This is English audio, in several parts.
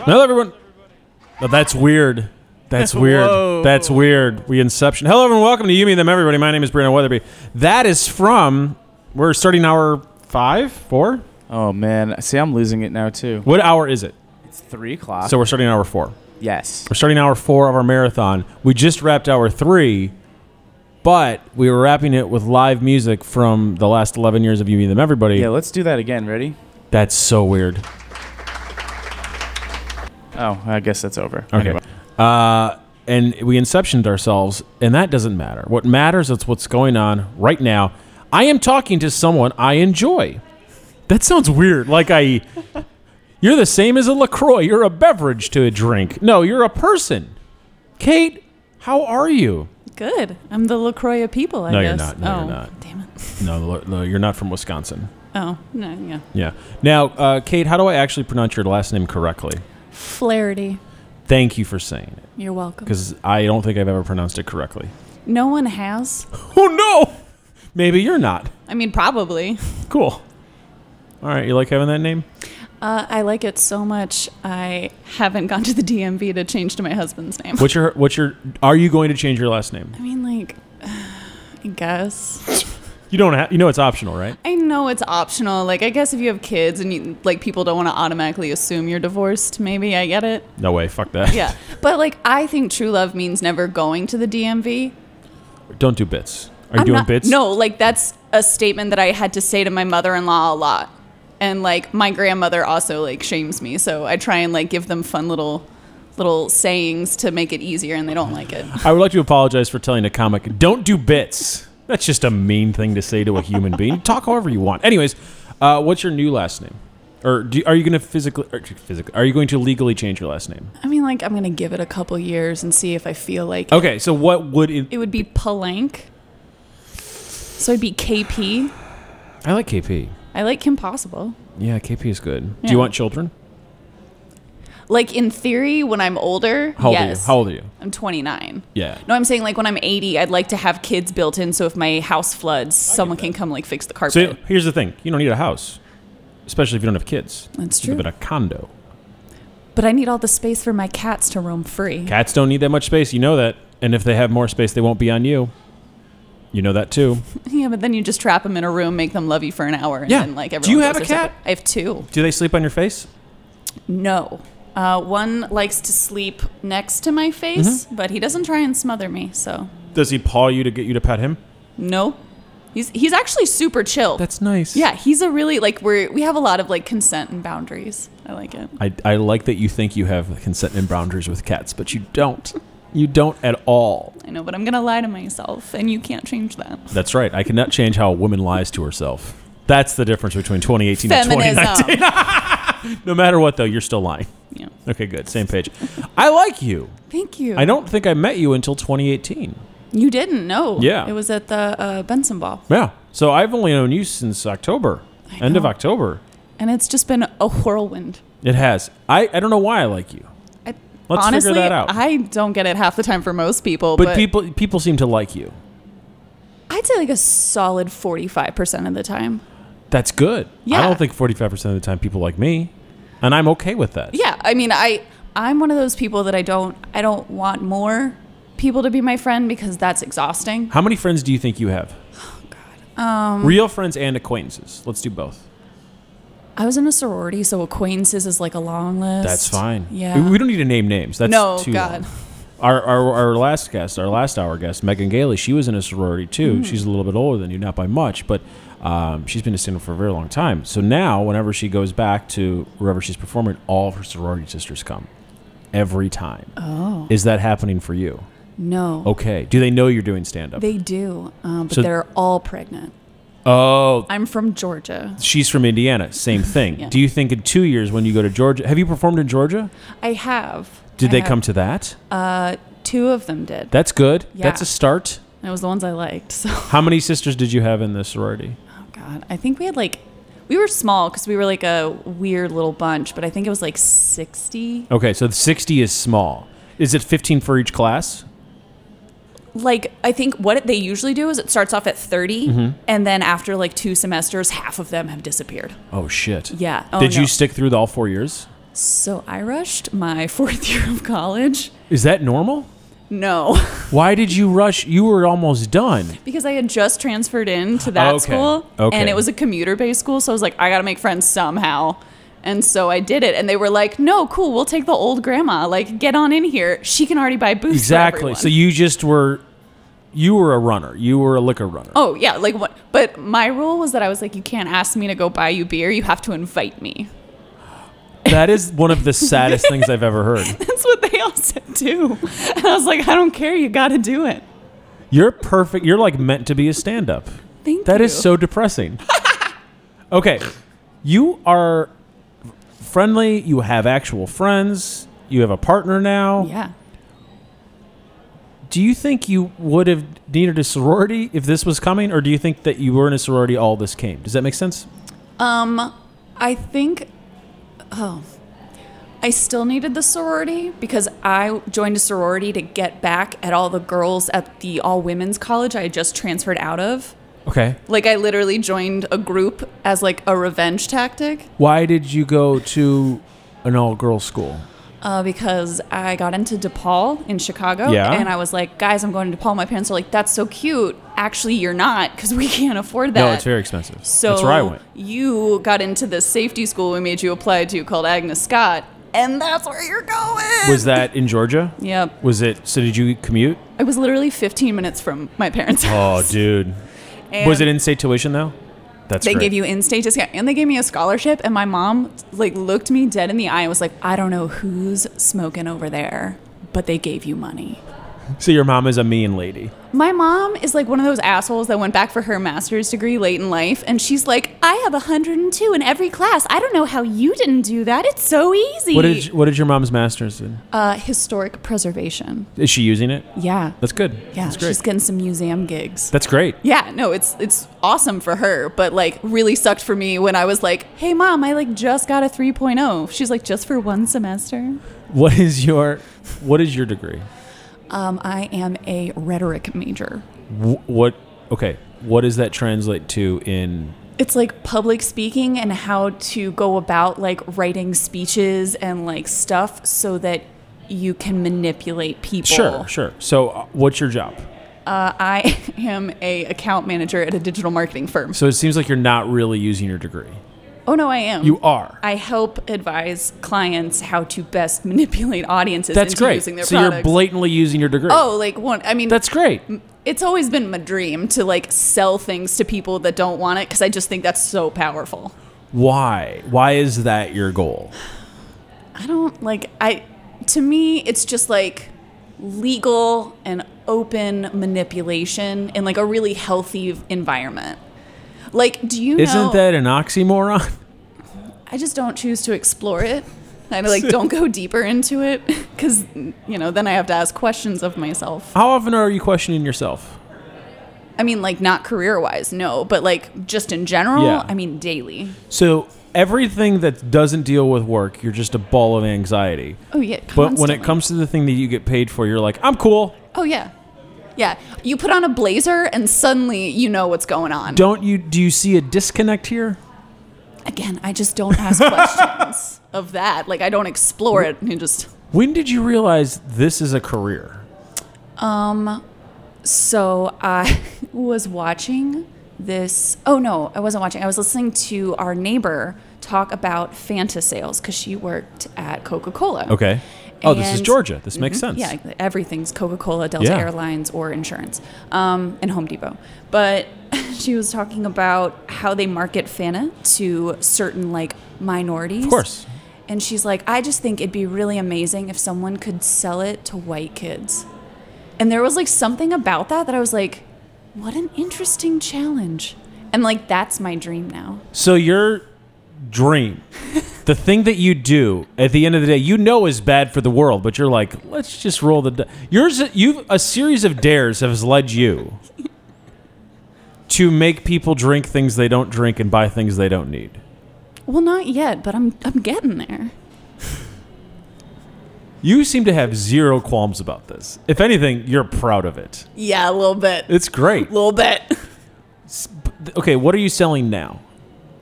Hello, everyone. Oh, that's weird. That's weird. Whoa. That's weird. We inception. Hello, everyone. Welcome to You, Me, Them, Everybody. My name is Brandon Weatherby. That is from. We're starting hour five, four. Oh man, see, I'm losing it now too. What hour is it? It's three o'clock. So we're starting hour four. yes, We're starting hour four of our marathon. We just wrapped hour three, but we were wrapping it with live music from the last 11 years of You, Me, Them, Everybody. yeah. Let's do that again. Ready? That's so weird. Oh, I guess that's over. Okay. Anyway. Uh, and we inceptioned ourselves, and that doesn't matter. What matters is what's going on right now. I am talking to someone I enjoy. That sounds weird. Like I, you're the same as a Lacroix. You're a beverage to a drink. No, you're a person. Kate, how are you? Good. I'm the LaCroix of people, I No, you're guess. not. No, oh, you're not. Damn it. No, Lo- no, you're not from Wisconsin. Oh, no, yeah. Yeah. Now, uh, Kate, how do I actually pronounce your last name correctly? Flaherty. Thank you for saying it You're welcome. because I don't think I've ever pronounced it correctly. No one has. Oh no! Maybe you're not. I mean, probably. Cool. All right, you like having that name? Uh, I like it so much, I haven't gone to the DMV to change to my husband's name. What's your what's your are you going to change your last name? I mean, like, I guess. You don't have you know it's optional, right? I know it's optional. Like, I guess if you have kids and, you, like, people don't want to automatically assume you're divorced, maybe I get it. No way, fuck that. Yeah. But, like, I think true love means never going to the DMV. Don't do bits. Are you I'm doing not- bits? No, like that's a statement that I had to say to my mother-in-law a lot. And like my grandmother also like shames me, so I try and like give them fun little little sayings to make it easier and they don't like it. I would like to apologize for telling a comic, don't do bits. That's just a mean thing to say to a human being. Talk however you want. Anyways, uh, what's your new last name? Or do, are you going to physically, or physically, are you going to legally change your last name? I mean like I'm going to give it a couple years and see if I feel like it. Okay, so what would it? would be Palank. So I'd be KP. I like KP. I like Kim Possible. Yeah, KP is good. Do Yeah. you want children? Like in theory when I'm older, How old yes. are you? How old are you? I'm 29. Yeah. No, I'm saying like when I'm 80, I'd like to have kids built in, so if my house floods, someone can come like fix the carpet. So here's the thing: you don't need a house, especially if you don't have kids. That's You true. live in a condo. But I need all the space for my cats to roam free. Cats don't need that much space. You know that. And if they have more space, they won't be on you. You know that too. Yeah, but then you just trap them in a room, make them love you for an hour, and Yeah. then like Do everyone. you goes have a their cat? separate- I have two. Do they sleep on your face? No. Uh, one likes to sleep next to my face, Mm-hmm. but he doesn't try and smother me. So Does he paw you to get you to pet him? no, he's he's actually super chill. That's nice. yeah, he's a really like we're we have a lot of like consent and boundaries. I like it. I, I like that you think you have consent and boundaries with cats, but you don't. You don't at all. I know, but I'm gonna lie to myself, and you can't change that. That's right. I cannot change how a woman lies to herself. That's the difference between 2018 and 2019. Feminism. No matter what, though, you're still lying. yeah. Okay, good. Same page. I like you. Thank you. I don't think I met you until 2018. You didn't? No. Yeah. It was at the uh, Benson Ball. Yeah. So I've only known you since October, I end of know. October. And it's just been a whirlwind. It has. I, I don't know why I like you, I, Let's figure honestly, that out. I don't get it half the time for most people. but, But, people people seem to like you. I'd say like a solid 45% of the time. That's good. I Yeah. don't think 45% of the time people like me, and I'm okay with that. Yeah. I mean, I, I'm one of those people that I don't, I don't want more people to be my friend because that's exhausting. How many friends do you think you have? Oh, Um, Real friends and acquaintances. Let's do both. I was in a sorority, so acquaintances is like a long list. That's fine. Yeah. We don't need to name names. That's no, too God. long. Our, our, our last guest, our last hour guest, Megan Gailey, she was in a sorority Hmm. too. She's a little bit older than you, not by much, but um, she's been a student for a very long time. So now, whenever she goes back to wherever she's performing, all of her sorority sisters come every time. Oh, Is that happening for you? no. Okay. Do they know you're doing stand up? They do, um, but Oh. So- they're all pregnant. Oh, I'm from Georgia. she's from Indiana. Same thing. Yeah. Do you think in two years when you go to Georgia, have you performed in Georgia? I have. Did I they have- come to that? Uh, two of them did. That's good. Yeah. That's a start. And it was the ones I liked. So, How many sisters did you have in the sorority? oh God, I think we had like, we were small because we were like a weird little bunch, but I think it was like 60. Okay, so 60 is small. Is it 15 for each class? Like, I think what it- they usually do is it starts off at 30, Mm-hmm. and then after like two semesters, half of them have disappeared. Oh shit. Yeah. Oh, Did no. you stick through the all 4 years? So I rushed my fourth year of college. Is that normal? No, Why did you rush? You were almost done. because I had just transferred in to that Okay, school, okay. and it was a commuter-based school. So I was like, I gotta make friends somehow, and so I did it. And they were like, No, cool, we'll take the old grandma. Like, get on in here. She can already buy booze. for Exactly. So everyone." you just were, you were a runner. You were a liquor runner. Oh yeah, like what? But my rule was that I was like, you can't ask me to go buy you beer. You have to invite me. That is one of the saddest things I've ever heard. That's what they all said too. And I was like, I don't care. You got to do it. You're perfect. You're like meant to be a stand up. Thank That you. is so depressing. okay. You are friendly. You have actual friends. You have a partner now. Yeah. Do you think you would have needed a sorority if this was coming, or do you think that you were in a sorority all this came? Does that make sense? Um, I think. Oh, I still needed the sorority because I joined a sorority to get back at all the girls at the all women's college I had just transferred out of. Okay. Like I literally joined a group as like a revenge tactic Why did you go to an all girls school? uh, because I got into DePaul in Chicago Yeah. and I was like, guys, I'm going to DePaul. My parents are like, that's so cute. Actually, you're not because we can't afford that. No, it's very expensive. So That's where I went. You got into this safety school we made you apply to called Agnes Scott, and that's where you're going. Was that in Georgia? Yep. Was it? So did you commute? I was literally 15 minutes from my parents' Oh, house. dude. And Was it in-state tuition though? That's They great. gave you in-state discount, and they gave me a scholarship. And my mom like looked me dead in the eye and was like, "I don't know who's smoking over there, but they gave you money." So your mom is a mean lady. My mom is like one of those assholes that went back for her master's degree late in life, and she's like, "I have 102 in every class. I don't know how you didn't do that. It's so easy." What did what did your mom's master's in? uh, historic preservation. Is she using it? Yeah. That's good. yeah, That's great. she's getting some museum gigs. That's great. yeah, no, it's it's awesome for her, but like really sucked for me when I was like, "Hey mom, I like just got a 3.0." She's like, "Just for one semester?" What is your what is your degree? Um, I am a rhetoric major. Wh- What okay, what does that translate to in It's like public speaking and how to go about like writing speeches and like stuff so that you can manipulate people. Sure, sure. So uh, what's your job? Uh, I am a account manager at a digital marketing firm. So it seems like you're not really using your degree. Oh no, I am. You are. I help advise clients how to best manipulate audiences That's into great. using their so you're products. blatantly using your degree. oh, Mm. like one. I mean, That's great. it's always been my dream to like sell things to people that don't want it because I just think that's so powerful. Why? Why is that your goal? I don't like I. To me, it's just like legal and open manipulation in like a really healthy environment. Like, do you know? Isn't that an oxymoron? I just don't choose to explore it. I like don't go deeper into it because you know then I have to ask questions of myself. How often are you questioning yourself? I mean, like not career wise, no, but like just in general. Yeah. I mean, daily. So everything that doesn't deal with work, you're just a ball of anxiety. Oh yeah. But when it constantly. comes to the thing that you get paid for, you're like, I'm cool. oh yeah, yeah. You put on a blazer and suddenly you know what's going on. Don't you? Do you see a disconnect here? Again, I just don't ask questions of that. Like I don't explore it and just. When did you realize this is a career? So I was watching this. Oh no, I wasn't watching. I was listening to our neighbor talk about Fanta sales because she worked at Coca Cola. Okay. Oh, this is And- Georgia. This makes Mhm. sense. Yeah, everything's Coca Cola, Delta Yeah. Airlines, or insurance, um, and Home Depot. But she was talking about how they market Fanta to certain like minorities. Of course. And she's like, I just think it'd be really amazing if someone could sell it to white kids. And there was like something about that that I was like, what an interesting challenge. And like, that's my dream now. So your dream, the thing that you do at the end of the day, you know is bad for the world, but you're like, let's just roll the. Di-. Yours, you've a series of dares has led you to make people drink things they don't drink and buy things they don't need. Well, not yet, but I'm, I'm getting there. You seem to have zero qualms about this. If anything, you're proud of it. Yeah, a little bit. It's great. little bit. Okay, what are you selling now?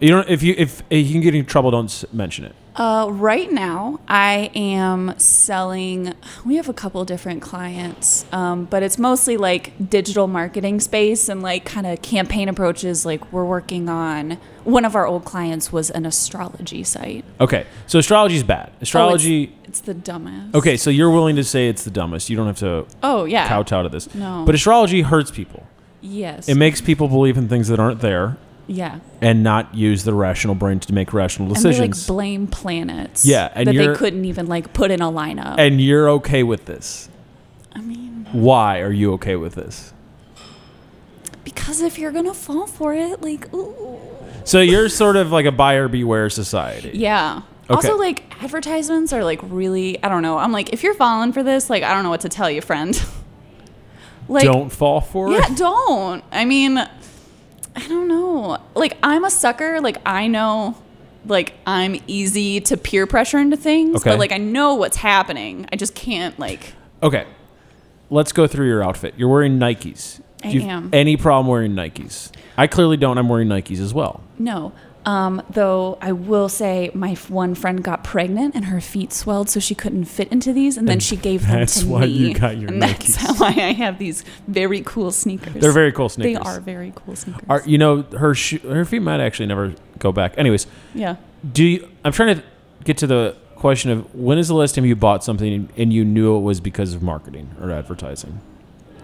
You don't. If you if, if you can get in trouble, don't s- mention it. Uh, right now, I am selling. We have a couple different clients, um, but it's mostly like digital marketing space and like kind of campaign approaches. Like we're working on one of our old clients was an astrology site. Okay. So astrology is bad. Oh, it's- Astrology. it's, the dumbest. okay. So you're willing to say it's the dumbest. You don't have to Oh yeah. kowtow to this. No. But astrology hurts people. Yes. It makes people believe in things that aren't there yeah. and not use the rational brain to make rational And they like decisions. And, blame planets. Yeah, and that they you're- couldn't even like put in a lineup. you're okay with this. I mean, Why are you okay with this? because if you're gonna fall for it, like. Ooh. So you're sort of like a buyer beware society. Yeah. Okay. Also, like advertisements are like really, I don't know. I'm like, if you're falling for this, like, I don't know what to tell you, friend. like, don't fall for Yeah, it. don't. I mean, I don't know. Like, I'm a sucker. Like, I know, like, I'm easy to peer pressure into things, Okay. but like, I know what's happening. I just can't, like, Okay. Let's go through your outfit. You're wearing Nikes. I Do you am. Any problem wearing Nikes? I clearly don't. I'm wearing Nikes as well. no. Um, though I will say my f- one friend got pregnant and her feet swelled so she couldn't fit into these and then she gave them that's to why me. you got your and that's Nikes. how I I have these very cool sneakers. They're very cool sneakers. They are very cool sneakers. Are you know her sho her feet might actually never go back. Anyways, yeah. do you, I'm trying to get to the question of when is the last time you bought something and you knew it was because of marketing or advertising?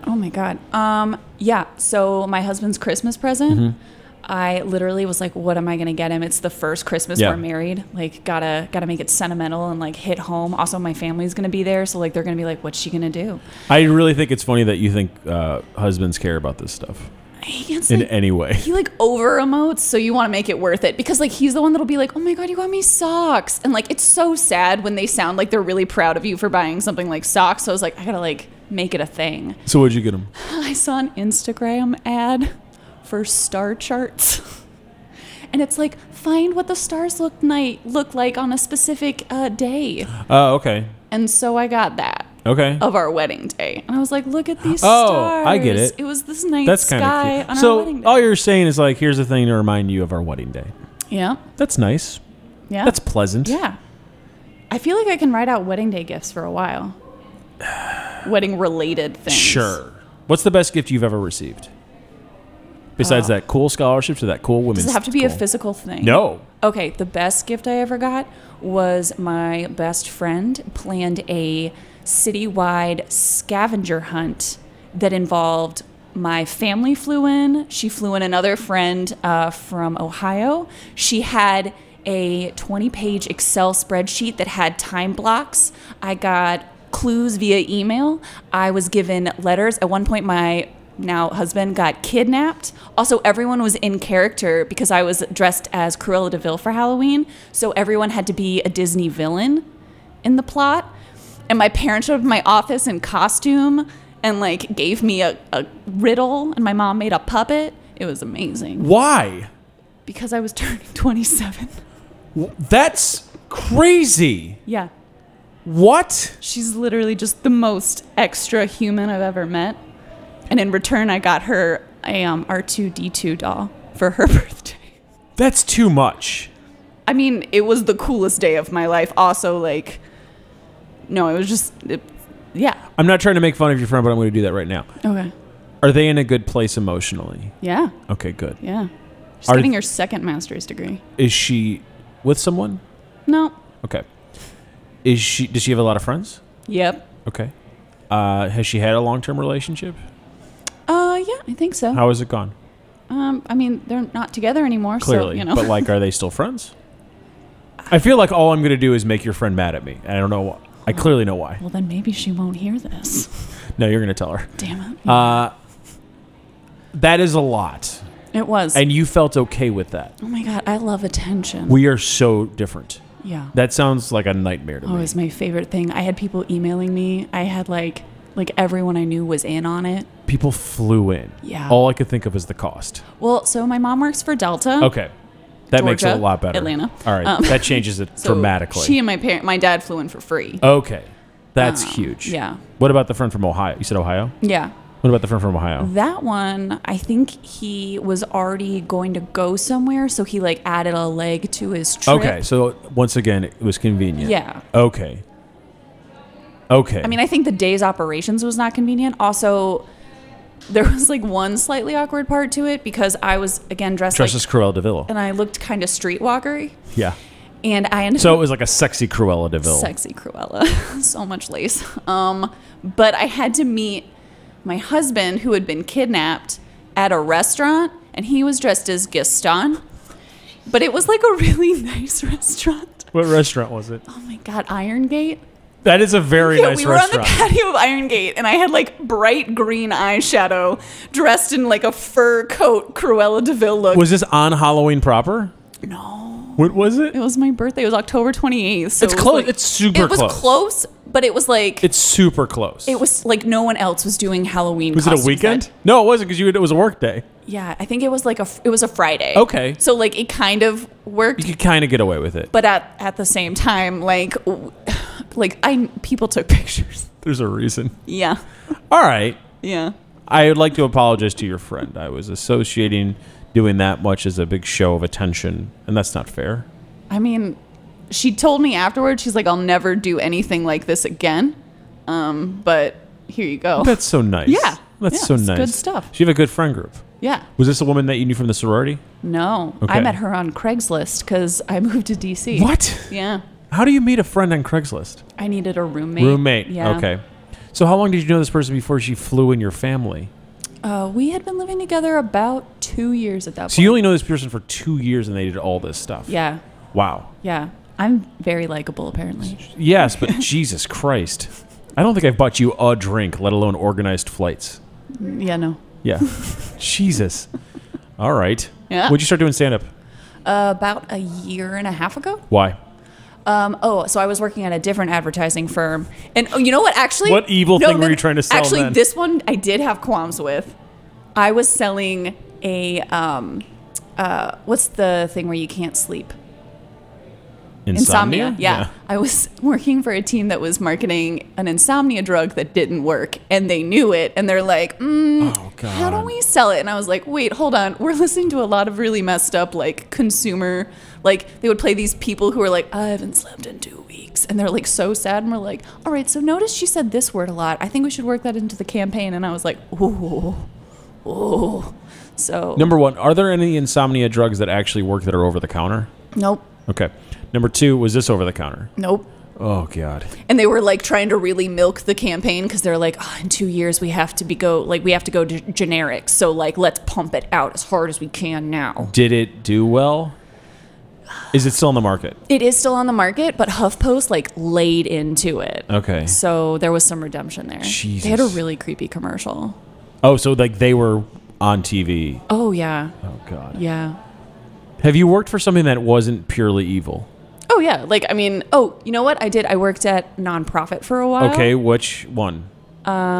Oh my god. Um. Yeah. So my husband's Christmas present. Mm-hmm. I literally was like, "What am I gonna get him?" It's the first Christmas Yeah. we're married. Like, gotta gotta make it sentimental and like hit home. Also, my family's gonna be there, so like they're gonna be like, "What's she gonna do?" I really think it's funny that you think uh, husbands care about this stuff He gets in like, any way. he like over emotes, so you want to make it worth it because like he's the one that'll be like, "Oh my god, you got me socks," and like it's so sad when they sound like they're really proud of you for buying something like socks. So I was like, I gotta like make it a thing. So what'd you get him? I saw an Instagram ad for star charts. And it's like find what the stars look night look like on a specific uh, day, Oh, okay, and so I got that okay. of our wedding day, and I was like, "Look at these Oh, stars!" I get it. It was this night That's kind of sky on cute. our So uh, wedding day. all you're saying is like, here's a thing to remind you of our wedding day. yeah, That's nice. yeah, That's pleasant. yeah. I feel like I can write out wedding day gifts for a while. wedding related things. Sure. What's the best gift you've ever received? Besides that cool scholarship to that cool women's Uh, Does it have to be a school? physical thing? No. Okay, the best gift I ever got was my best friend planned a citywide scavenger hunt that involved my family flew in. She flew in another friend uh, from Ohio. She had a 20 page Excel spreadsheet that had time blocks. I got clues via email. I was given letters. At one point, my now husband got kidnapped. Also, everyone was in character because I was dressed as Cruella de Vil for Halloween, so everyone had to be a Disney villain in the plot. And my parents showed up to my office in costume and like gave me a, a riddle, and my mom made a puppet. It was amazing Why? because I was turning 27. That's crazy. Yeah, What? she's literally just the most extra human I've ever met. And in return, I got her a um, R2D2 doll for her birthday. That's too much. I mean, it was the coolest day of my life. Also, like, no, it was just, it, yeah. I'm not trying to make fun of your friend, but I'm going to do that right now. Okay. Are they in a good place emotionally? Yeah. Okay, good. Yeah. She's Are- getting her second master's degree. Is she with someone? No. Okay. Is she? Does she have a lot of friends? Yep. Okay. Uh, has she had a long-term relationship? Uh, yeah, I think so. How has it gone? Um, I mean, they're not together anymore. Clearly, so, you know. but like, are they still friends? I feel like all I'm going to do is make your friend mad at me, and I don't know. wh- I clearly know why. well, then maybe she won't hear this. No, you're going to tell her. Damn it. Uh, that is a lot, it was. and you felt okay with that. oh my God, I love attention. We are so different. yeah. That sounds like a nightmare to Oh, it me. was my favorite thing. I had people emailing me. I had like, like everyone I knew was in on it. People flew in. Yeah. All I could think of is the cost. Well, so my mom works for Delta. Okay. That makes it a Georgia, lot better. Atlanta. All right. Um, that changes it So dramatically. She and my parent, my dad flew in for free. okay. That's Um, huge. yeah. What about the friend from Ohio? You said Ohio? Yeah. What about the friend from Ohio? That one, I think he was already going to go somewhere, so he like added a leg to his trip. Okay, so once again, it was convenient. Yeah. Okay. Okay. I mean, I think the day's operations was not convenient. Also, there was like one slightly awkward part to it because I was again dressed dressed like, as Cruella Deville. and I looked kind of streetwalkery, Yeah. and I ended So it up was like a sexy Cruella Deville. sexy Cruella, so much lace. Um, but I had to meet my husband who had been kidnapped at a restaurant, and he was dressed as Gaston. But it was like a really nice restaurant. What restaurant was it? Oh my god, Iron Gate. That is a very Yeah, nice we were restaurant. on the patio of Iron Gate, and I had like bright green eyeshadow, dressed in like a fur coat, Cruella Deville look. was this on Halloween proper? no, What was it? it was my birthday. It was October twenty eighth. So It's it was, close. like- it's super it was close. close. but it was like It's super close. it was like no one else was doing Halloween. Was it a costumes weekend? that- No, it wasn't because you it was a work day. yeah, I think it was like a it was a Friday. Okay. so like it kind of worked, You could kind of get away with it. but at at the same time, like w- like I people took pictures. There's a reason. Yeah, All right. yeah. I would like to apologize to your friend. I was associating doing that much as a big show of attention, and that's not fair. I mean, she told me afterwards, she's like, I'll never do anything like this again. Um, but here you go. That's so nice. Oh. Yeah. That's Yeah, so it's nice. good stuff. Do you have a good friend group? yeah. Was this a woman that you knew from the sorority? No. Okay. I met her on Craigslist because I moved to DC. What? Yeah. How do you meet a friend on Craigslist? I needed a roommate. Roommate. Yeah. Okay. So how long did you know this person before she flew in your family? Uh, we had been living together about two years at that So point. you only know this person for two years, and they did all this stuff. yeah. Wow. Yeah. I'm very likable, apparently. Yes, but Jesus Christ. I don't think I've bought you a drink, let alone organized flights. Yeah, no. Yeah. Jesus. All right. Yeah. Would you start doing stand up? Uh, about a year and a half ago. Why? Um, oh, so I was working at a different advertising firm, and oh, you know what? Actually, What evil thing were you trying to sell Actually, then? this one I did have qualms with. I was selling a um, uh, what's the thing where you can't sleep? Insomnia. Yeah. I was working for a team that was marketing an insomnia drug that didn't work, and they knew it, and they're like, mm, Oh, God. "How do we sell it?" And I was like, "Wait, hold on. We're listening to a lot of really messed up like consumer like they would play these people who are like, "I haven't slept in 2 weeks." And they're like so sad and we're like, "All right, so notice she said this word a lot. I think we should work that into the campaign." And I was like, "Ooh. Ooh." So Number one, are there any insomnia drugs that actually work that are over the counter? nope. Okay. Number two, was this over the counter? Nope. Oh, God. and they were like trying to really milk the campaign because they're like oh, in two years we have to be go like we have to go to generic so like let's pump it out as hard as we can now Did it do well? Is it still on the market? it is still on the market but huffpost like laid into it Okay. so there was some redemption there they had a Jesus. really creepy commercial Oh, so like they were on TV. oh yeah Oh, God. yeah Have you worked for something that wasn't purely evil? oh yeah like i mean oh you know what i did i worked at nonprofit for a while Okay, which one?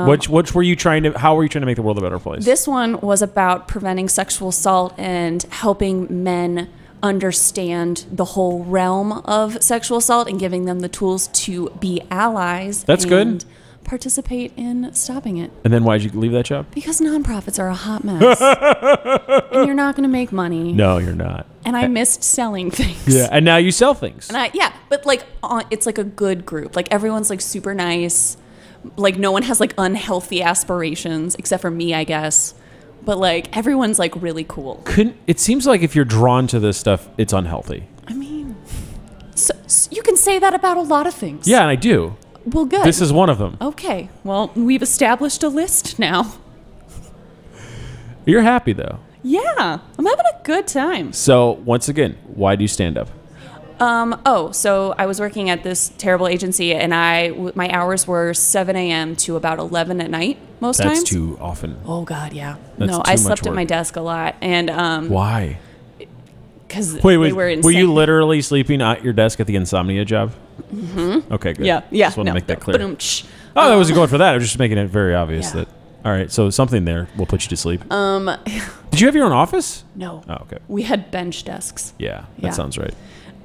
which which were you trying to? How were you trying to make the world a better place? um, This one was about preventing sexual assault and helping men understand the whole realm of sexual assault and giving them the tools to be allies. That's good. and Participate in stopping it and then why'd you leave that job? because nonprofits are a hot mess, and you're not going to make money. No, you're not. And I missed selling things. Yeah, and now you sell things. And I, yeah, but like uh, it's like a good group. Like everyone's like super nice. Like no one has like unhealthy aspirations except for me, I guess. But like everyone's like really cool. Couldn't. It seems like if you're drawn to this stuff, it's unhealthy. I mean, so, so you can say that about a lot of things. Yeah, and I do. Well, good. This is one of them. okay. Well, we've established a list now. You're happy though. Yeah, I'm having a good time. So once again, why do you stand up? Um. Oh, so I was working at this terrible agency, and I w- my hours were 7 a.m. to about 11 at night most That's times. too often. Oh God, yeah. That's no, too I much slept at my work. desk a lot, and um, Why? because Wait, they wait. were Were, insane. you literally sleeping at your desk at the insomnia job? Mm-hmm. Okay, good. Yeah, yeah. Just want no, to make that the- clear. ba-dum-tsh. Oh, that wasn't going for that. I was just making it very obvious Yeah. that. All right, so something there will put you to sleep. Um, did you have your own office? No. Oh, okay. We had bench desks. Yeah, that Yeah. sounds right.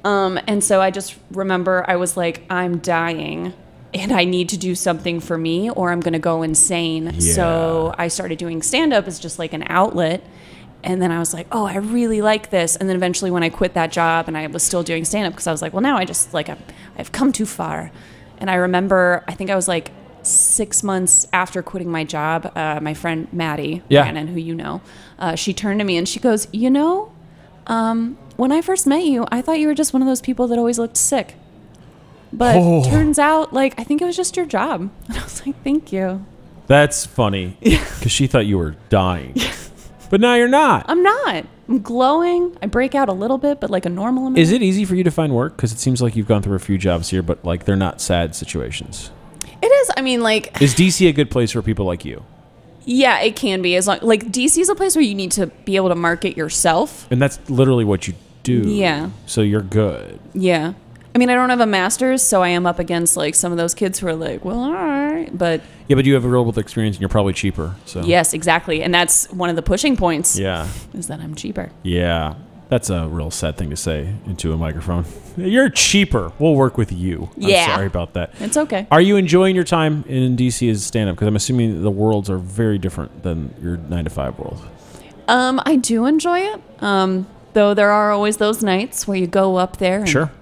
Um, and so I just remember I was like, I'm dying. and I need to do something for me or I'm going to go insane. So I started doing stand up as just like an outlet. And then I was like, oh, I really like this. And then eventually, when I quit that job and I was still doing stand up, because I was like, well, now I just like, I'm, I've come too far. And I remember, I think I was like six months after quitting my job, uh, my friend Maddie Yeah. Brannon, who you know, uh, she turned to me and she goes, you know, um, when I first met you, I thought you were just one of those people that always looked sick. But Oh. turns out, like, I think it was just your job. And I was like, thank you. That's funny because she thought you were dying, but now you're not. I'm not. I'm glowing. I break out a little bit, but like a normal amount. Is it easy for you to find work? Because it seems like you've gone through a few jobs here, but like they're not sad situations. It is. I mean, like, Is DC a good place for people like you? Yeah, it can be. As long, like, DC is a place where you need to be able to market yourself. And that's literally what you do. Yeah. So you're good. Yeah. I mean, I don't have a master's, so I am up against like some of those kids who are like, well, all right. But Yeah, but you have a real world experience and you're probably cheaper. So yes, exactly. And that's one of the pushing points Yeah. is that I'm cheaper. Yeah. That's a real sad thing to say into a microphone. You're cheaper. We'll work with you. Yeah. I'm sorry about that. It's okay. Are you enjoying your time in DC as stand up? Because I'm assuming the worlds are very different than your nine to five world. Um, I do enjoy it. Um, though there are always those nights where you go up there and, Sure.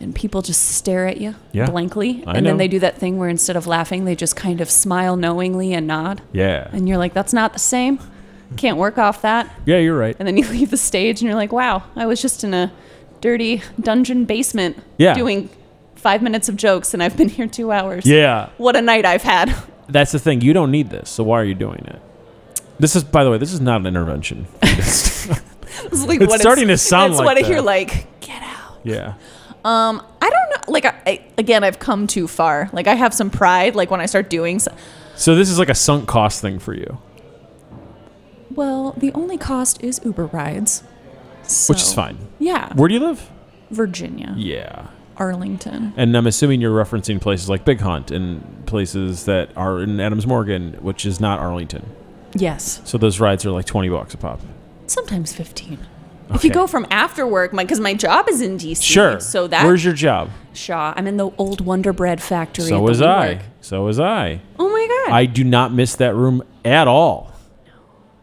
and people just stare at you Yeah. blankly. I and know. then they do that thing where instead of laughing, they just kind of smile knowingly and nod. Yeah. And you're like, that's not the same. Can't work off that. Yeah, you're right. And then you leave the stage and you're like, wow, I was just in a dirty dungeon basement Yeah. doing five minutes of jokes and I've been here two hours. Yeah. What a night I've had. That's the thing. You don't need this. So why are you doing it? This is, by the way, this is not an intervention. it's like It's starting to sound that's like what I that. hear like, get out. yeah. Um, I don't know. Like, I, I, again, I've come too far. Like, I have some pride. Like, when I start doing so- So this is like a sunk cost thing for you, well, the only cost is Uber rides. which is So- fine. Yeah. Where do you live? Virginia, Yeah. Arlington. And I'm assuming you're referencing places like Big Hunt and places that are in Adams Morgan, which is not Arlington. Yes. So those rides are like 20 bucks a pop. Sometimes 15. If you Okay. go from after work, because my, job is in DC. Sure. So that. Where's your job? Shaw. I'm in the old Wonder Bread factory. So at was the I. WeWork. So was I. oh my God. I do not miss that room at all.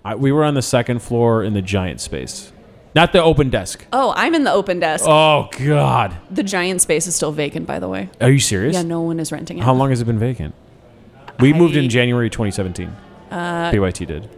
I, we were on the second floor in the giant space, not the open desk. oh, I'm in the open desk. Oh God, The giant space is still vacant, by the way. are you serious? Yeah, no one is renting it. How long has it been vacant? We moved I- Uh, in January 2017. BYT did.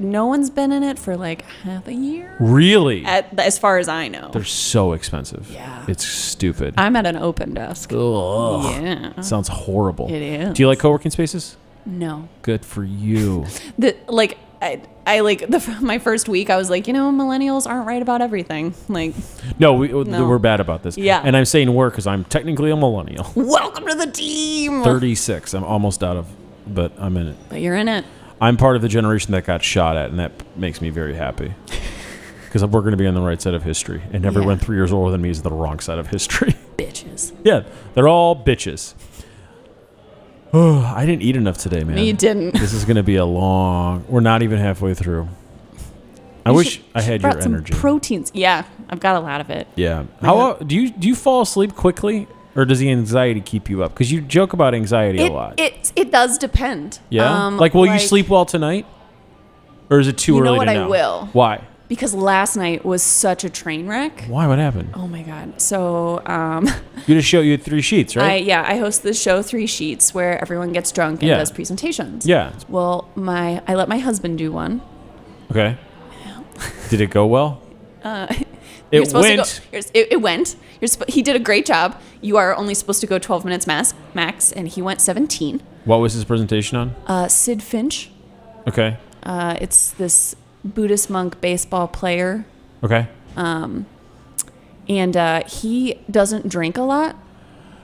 No one's been in it for like half a year. Really? At, as far as I know. They're so expensive. Yeah. It's stupid. I'm at an open desk. Ugh. Yeah. Sounds horrible. It is. Do you like co-working spaces? No. Good for you. the like I, I like the fir- my first week I was like you know millennials aren't right about everything like No, we, No. we're bad about this. Yeah. And I'm saying we're because I'm technically a millennial. welcome to the team 36. I'm almost out of, but I'm in it. But you're in it. I'm part of the generation that got shot at, and that makes me very happy. Because we're going to be on the right side of history, and everyone Yeah. three years older than me is the wrong side of history. Bitches. yeah, they're all bitches. Oh, I didn't eat enough today, man. no you didn't This is going to be a long. We're not even halfway through. I You wish should- I should had brought your some energy. proteins yeah I've got a lot of it. yeah. How do you do you fall asleep quickly, or does the anxiety keep you up? Because you joke about anxiety it, a lot. it it does depend yeah. Um, like, will you sleep well tonight, or is it too You know early what to I know? will. Why? Because last night was such a train wreck. Why? What happened? Oh my god. So um You just show you had three sheets, I right? yeah, I host this show Three Sheets where everyone gets drunk and Yeah. does presentations. yeah. Well, my I let my husband do one. Okay. Did it go well? Uh, You're it supposed to go- went. you're s- it, it went you're sp- he did a great job you are only supposed to go 12 minutes max max and he went 17 What was his presentation on? Uh Sid Finch. Okay. Uh it's this Buddhist monk baseball player Okay. and uh he doesn't drink a lot.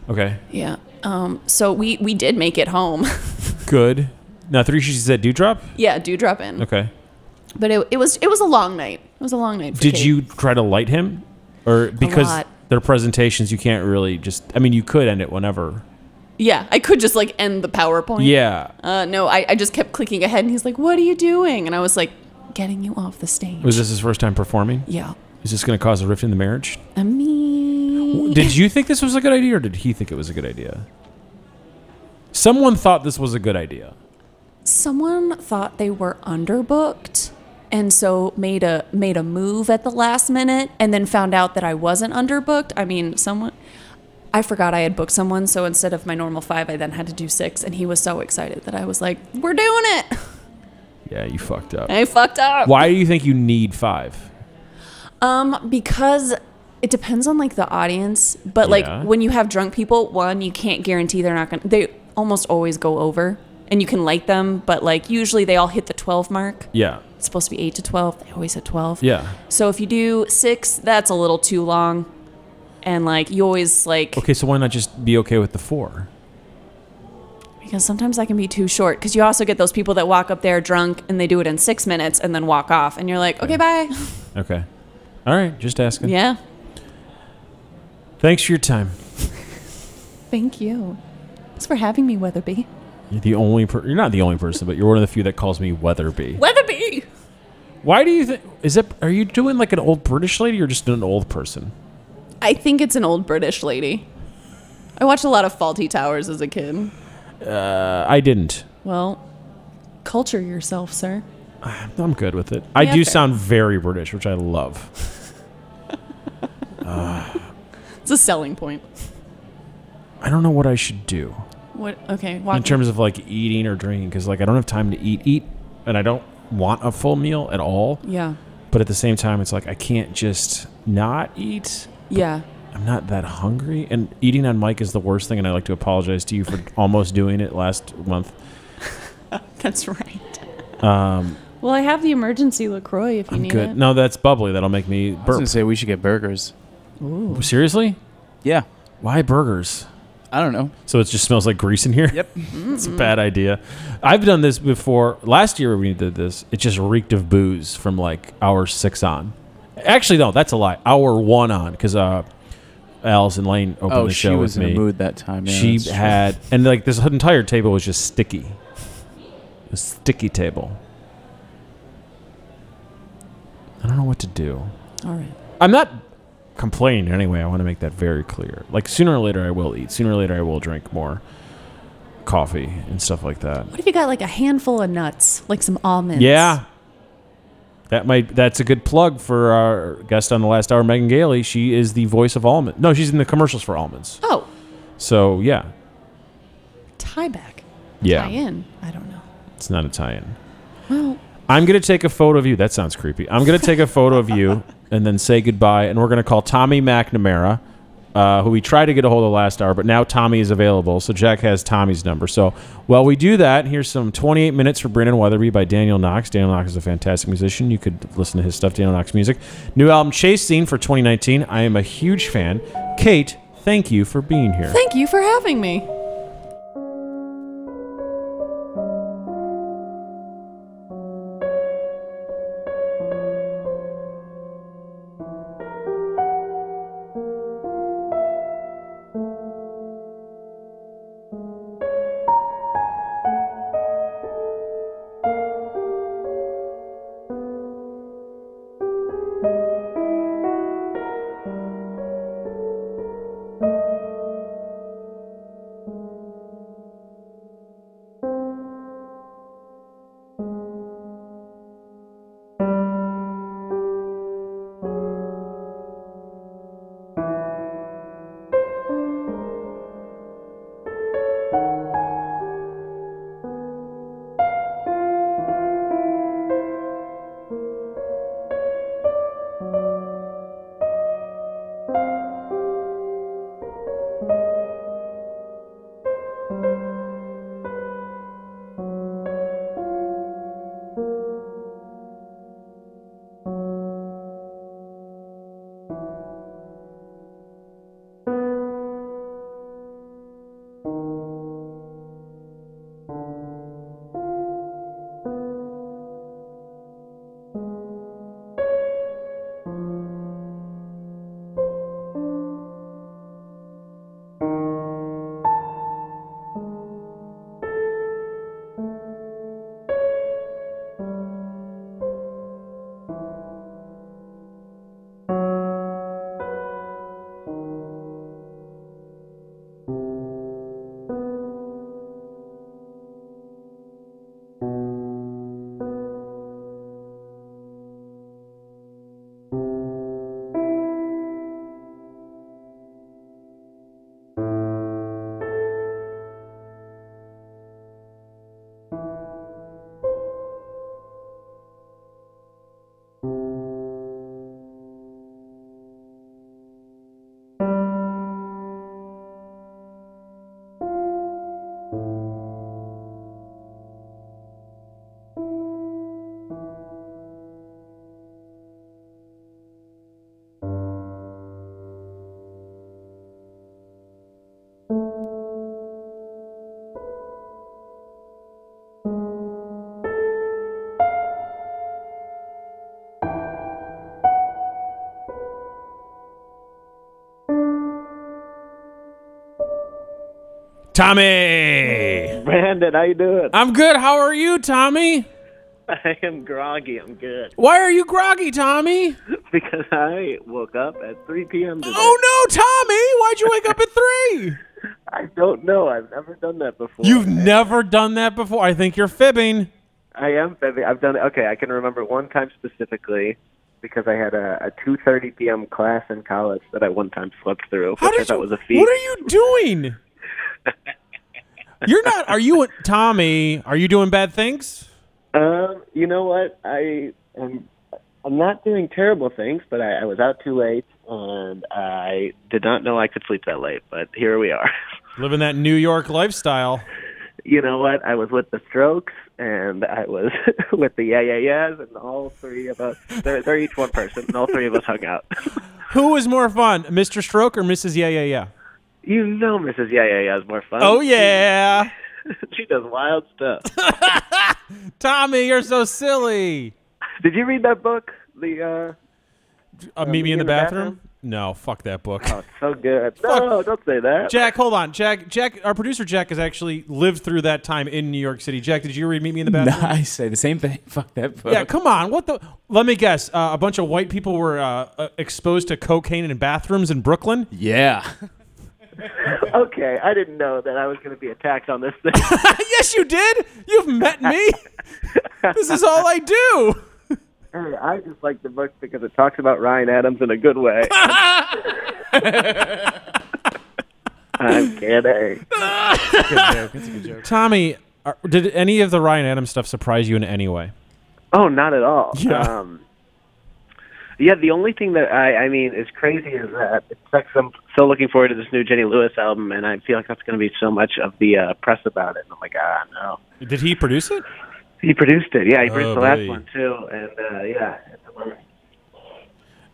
Okay. Yeah. um so we we did make it home Good. Now three sheets is that dewdrop? yeah do drop in Okay. but it, it was it was a long night it was a long night for Did Kate. you try to light him, or because lot. their presentations you can't really just? I mean, you could end it whenever. Yeah, I could just like end the PowerPoint. Yeah. Uh, no, I, I just kept clicking ahead, and he's like, "What are you doing?" And I was like, Getting you off the stage. Was this his first time performing? yeah. Is this going to cause a rift in the marriage? I mean Did you think this was a good idea, or did he think it was a good idea? Someone thought this was a good idea. someone thought they were underbooked and so made a made a move at the last minute and then found out that I wasn't underbooked. I mean, someone I forgot I had booked someone, so instead of my normal 5, I then had to do 6 and he was so excited that I was like, "We're doing it." Yeah, you fucked up. I fucked up. Why do you think you need five? Um because it depends on like the audience, but Yeah. like when you have drunk people, one, you can't guarantee they're not going to they almost always go over and you can like them, but like usually they all hit the 12 mark. Yeah. It's supposed to be 8 to 12. They always hit 12. Yeah. So if you do six, that's a little too long. And like you always like Okay, so why not just be okay with the four? because sometimes that can be too short. Because you also get those people that walk up there drunk and they do it in six minutes and then walk off, and you're like, okay, bye. Okay. All right, just asking. yeah. Thanks for your time. Thank you. Thanks for having me, Weatherby. You're the only per- you're not the only person, but you're one of the few that calls me Weatherby. Weatherby. Why do you think is it are you doing like an old British lady or just an old person? I think it's an old British lady. I watched a lot of Faulty Towers as a kid. Uh, I didn't. Well, culture yourself, sir. I'm good with it. I Yeah, do fair. sound very British, which I love. It's a selling point. I don't know what I should do What? Okay, in walk. terms of like eating or drinking because like I don't have time to eat eat and I don't want a full meal at all. Yeah. But at the same time, it's like I can't just not eat. Yeah. I'm not that hungry, and eating on mic is the worst thing. And I like to apologize to you for almost doing it last month. That's right. Um, Well, I have the emergency Lacroix if you I'm need good. it. No, that's bubbly. That'll make me I was gonna burp. say we should get burgers. Seriously? Yeah. Why burgers? I don't know. So it just smells like grease in here. Yep. it's a bad idea. I've done this before. Last year when we did this, it just reeked of booze from like hour six on. Actually, no, that's a lie. Hour one on because uh, Al's and Lane opened Oh, the she show was with in me. a mood that time. Yeah, she that's true. had and like this entire table was just sticky a sticky table i don't know what to do All right. i'm not complaining anyway i want to make that very clear like sooner or later i will eat sooner or later i will drink more coffee and stuff like that What if you got like a handful of nuts, like some almonds? yeah that might that's a good plug for our guest on the last hour megan gailey she is the voice of almond no she's in the commercials for almonds Oh, so yeah tie back. yeah Tie in. I don't know. it's not italian Well, I'm gonna take a photo of you. That sounds creepy. I'm gonna take a photo of you and then say goodbye. And we're gonna call Tommy McNamara, uh, who we tried to get a hold of last hour, but now Tommy is available. So Jack has Tommy's number. So while we do that, here's some 28 minutes for Brandon Weatherby by Daniel Knox. Daniel Knox is a fantastic musician. You could listen to his stuff. Daniel Knox music. New album Chase Scene for 2019. I am a huge fan. Kate, thank you for being here. thank you for having me. Tommy. Brandon, how you doing? I'm good. How are you, Tommy? I am groggy. I'm good Why are you groggy, Tommy? because I woke up at 3 p.m. today. Oh no, Tommy! Why'd you wake up at three? I don't know. I've never done that before. You've never done that before. I think you're fibbing. I am. Bevy. I've done it. Okay, I can remember one time specifically because I had a, a 2:30 p.m. class in college that I one time slept through, How which I did thought you? was a feat. What are you doing? You're not. Are you, Tommy? Are you doing bad things? Um, you know what? I am. I'm not doing terrible things, but I, I was out too late, and I did not know I could sleep that late. But here we are. Living that New York lifestyle. you know what? I was with the Strokes, and I was with the Yeah Yeah Yeahs, and all three of us. They're, they're each one person, and all three of us hung out. Who was more fun, Mr. Stroke or Mrs. Yeah Yeah Yeah? you know, Mrs. Yeah Yeah Yeah is more fun. Oh yeah, she does wild stuff. Tommy, you're so silly. Did you read that book? The Uh, meet me in the bathroom. No, fuck that book. uh, oh, so good. No, don't say that. Jack, hold on. Jack, Jack, our producer Jack has actually lived through that time in New York City. Jack, did you read Meet Me in the Bathroom? I say the same thing. Fuck that book. Yeah, come on. What the? Let me guess. Uh, a bunch of white people were uh, uh, exposed to cocaine in bathrooms in Brooklyn. yeah. Okay, I didn't know that I was going to be attacked on this thing. yes, you did. You've met me. this is all I do. hey, I just like the book because it talks about Ryan Adams in a good way. I'm kidding. Tommy, are, did any of the Ryan Adams stuff surprise you in any way? Oh, not at all. Yeah. Um, yeah, the only thing that I, I mean is crazy is that it's like I'm so looking forward to this new Jenny Lewis album, and I feel like that's going to be so much of the uh, press about it. And I'm like, ah, no. Did he produce it? He produced it. Yeah, he produced Oh, the last boy. one too. And uh, yeah, it's a bummer.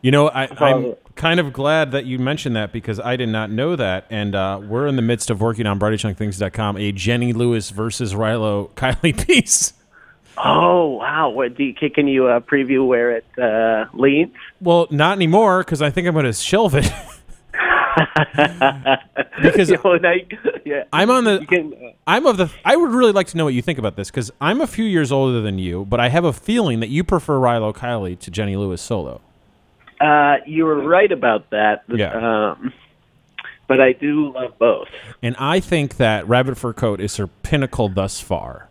You know, I, I'm Probably. kind of glad that you mentioned that because I did not know that. And uh, we're in the midst of working on BrightyChunkThings.com, a Jenny Lewis versus Rilo Kiley piece. oh wow! What do you, can- can you uh, preview where it uh, leads? Well, not anymore because I think I'm going to shelve it. because You know, like, yeah, I'm on the. You can, uh, I'm of the. I would really like to know what you think about this because I'm a few years older than you, but I have a feeling that you prefer Rilo Kiley to Jenny Lewis solo. Uh, you were right about that. Yeah. Um, but I do love both. And I think that Rabbit Fur Coat is her pinnacle thus far.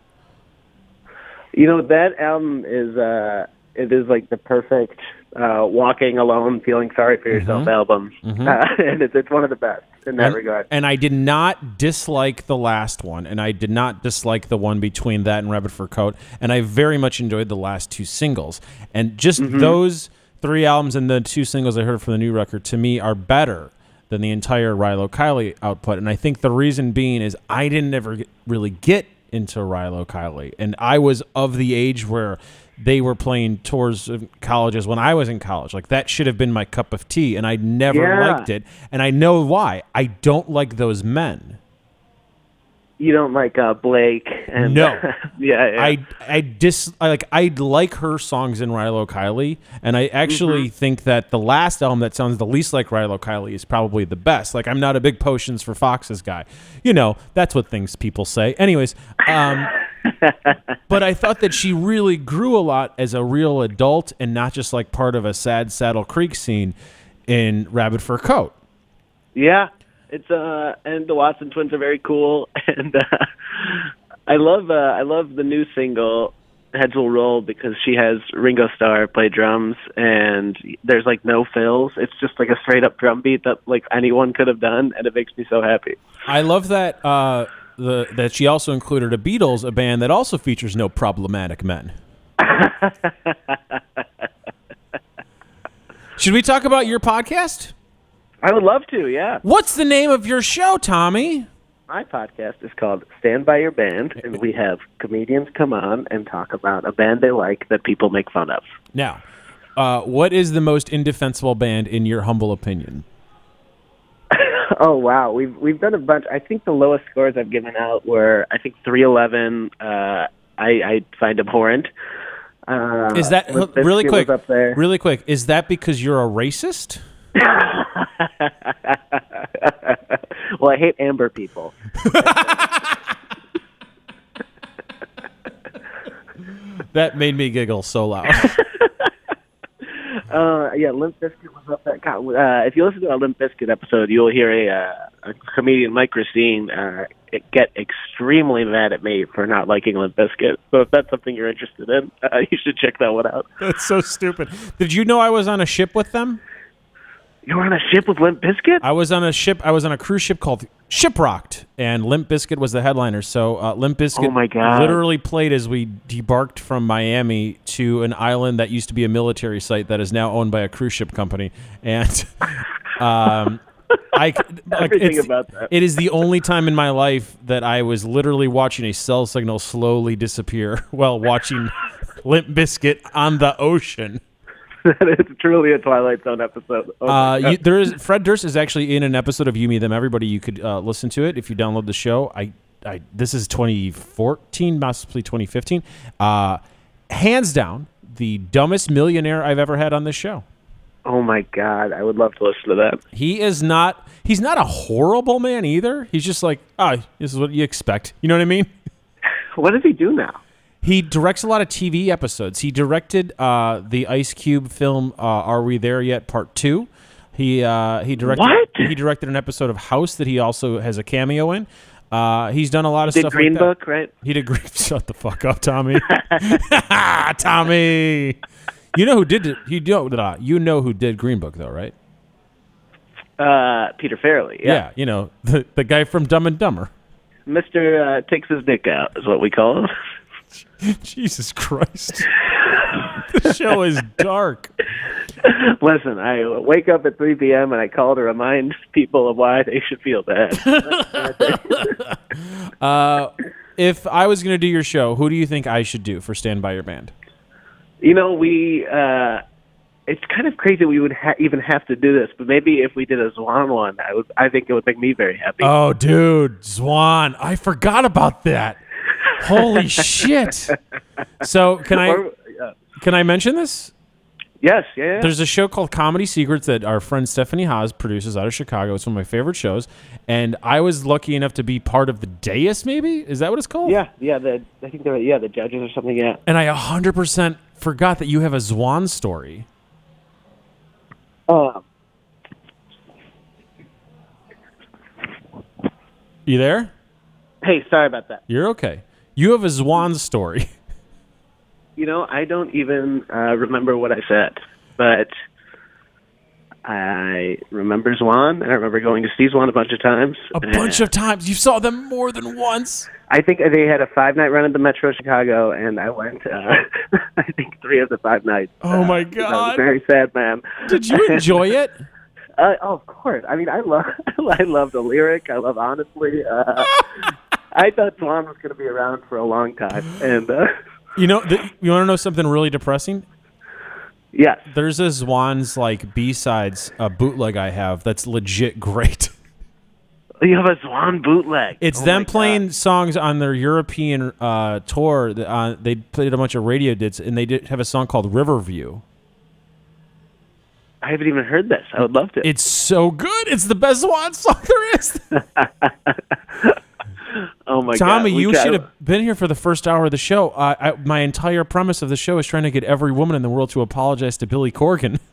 You know that album is uh, it is like the perfect uh, walking alone, feeling sorry for yourself album, uh, and it's, it's one of the best in that Mm-hmm. and, regard. and I did not dislike the last one, and I did not dislike the one between that and Rabbit Fur Coat, and I very much enjoyed the last two singles. And just Mm-hmm. those three albums and the two singles I heard from the new record to me are better than the entire Rilo Kiley output. And I think the reason being is I didn't ever get, really get into Rilo Kiley, and I was of the age where they were playing tours of colleges when I was in college. Like that should have been my cup of tea, and I never Yeah. liked it. And I know why. I don't like those men. You don't like uh, Blake and No. yeah, yeah. I I dis I like I like her songs in Rilo Kiley, and I actually Mm-hmm. think that the last album that sounds the least like Rilo Kiley is probably the best. Like I'm not a big potions for foxes guy, you know. That's what things people say. Anyways, um, but I thought that she really grew a lot as a real adult and not just like part of a sad Saddle Creek scene in Rabbit Fur Coat. Yeah, it's uh, and the Watson twins are very cool, and uh, I love uh, I love the new single "Heads Will Roll" because she has Ringo Starr play drums, and there's like no fills. It's just like a straight up drum beat that like anyone could have done, and it makes me so happy. I love that uh, the that she also included a Beatles, a band that also features no problematic men. Should we talk about your podcast? I would love to. Yeah, What's the name of your show, Tommy? my podcast is called "Stand by Your Band," and we have comedians come on and talk about a band they like that people make fun of. Now, uh, what is the most indefensible band in your humble opinion? Oh wow, we've we've done a bunch. I think the lowest scores I've given out were I think 311. Uh, I I find abhorrent. Uh, Is that Limp Bizkit really Uh, was quick? Up there. Really quick. Is that because you're a racist? well, I hate amber people. That made me giggle so loud. Uh, yeah, Limp Bizkit was up that. God, uh, if you listen to our Limp Bizkit episode, you'll hear a, uh, a comedian, Mike Racine, uh, get extremely mad at me for not liking Limp Bizkit. So if that's something you're interested in, uh, you should check that one out. That's so stupid. Did you know I was on a ship with them? You were on a ship with Limp Bizkit? I was on a ship. I was on a cruise ship called Shiprocked, and Limp Bizkit was the headliner. So uh, Limp Bizkit Oh my God. literally played as we debarked from Miami to an island that used to be a military site that is now owned by a cruise ship company. And um, I like, Everything it's- about that. it is the only time in my life that I was literally watching a cell signal slowly disappear while watching Limp Bizkit on the ocean. it's truly a Twilight Zone episode. Oh my Uh, you, there is Fred Durst is actually in an episode of You Me Them Everybody. You could uh, listen to it if you download the show. I, I this is 2014, possibly 2015. Uh, hands down, the dumbest millionaire I've ever had on this show. Oh my god, I would love to listen to that. He is not. He's not a horrible man either. He's just like, ah, this is what you expect. You know what I mean? What does he do now? He directs a lot of TV episodes. He directed uh, the Ice Cube film uh, "Are We There Yet?" Part Two. He uh, he directed What? he directed an episode of House that he also has a cameo in. Uh, he's done a lot of Did stuff. Green like that. Book, right? He did Green. Shut the fuck up, Tommy. Tommy. You know who did it? You know, you know who did Green Book though, right? Uh, Peter Fairley. Yeah. you know the the guy from Dumb and Dumber. Mr. Uh, takes his dick out is what we call him. Jesus Christ. the show is dark. Listen, I wake up at 3 p.m. and I call to remind people of why they should feel bad. If I was going to do your show, who do you think I should do for Stand By Your Band? you know, we uh it's kind of crazy we would ha- even have to do this, but maybe if we did a Zwan one, I would I think it would make me very happy. Oh, dude, Zwan. I forgot about that. Holy shit. So, can I Or- yeah. can I mention this? yes, yeah. yeah. There's a show called Comedy Secrets that our friend Stephanie Haas produces out of Chicago. It's one of my favorite shows, and I was lucky enough to be part of the dais maybe? Is that what it's called? Yeah, yeah, the I think they're yeah, the judges or something, yeah. And I 100% forgot that you have a Zwan story. Um, You there? hey, sorry about that. You're okay. You have a Zwan story. You know, I don't even uh, remember what I said, but I remember Zwan, and I remember going to see Zwan a bunch of times. A bunch of times. You saw them more than once. I think they had a five night run at the Metro Chicago, and I went. Uh, I think three of the five nights. Oh, uh, my 'cause I was God. a very sad man. Did you enjoy it? Uh, oh, of course. I mean, I love. I love the lyric. I love honestly. Uh, I thought Zwan was going to be around for a long time, and uh, You know, th- you want to know something really depressing? yes, There's a Zwan's like B sides uh, bootleg I have that's legit great. you have a Zwan bootleg. It's Oh, my them God. playing songs on their European uh, tour. that, Uh, they played a bunch of radio hits, and they did have a song called Riverview. I haven't even heard this. I would love to. It's so good. It's the best Zwan song there is. oh my God, Tommy, We you got- should have been here for the first hour of the show. Uh, I, my entire premise of the show is trying to get every woman in the world to apologize to Billy Corgan.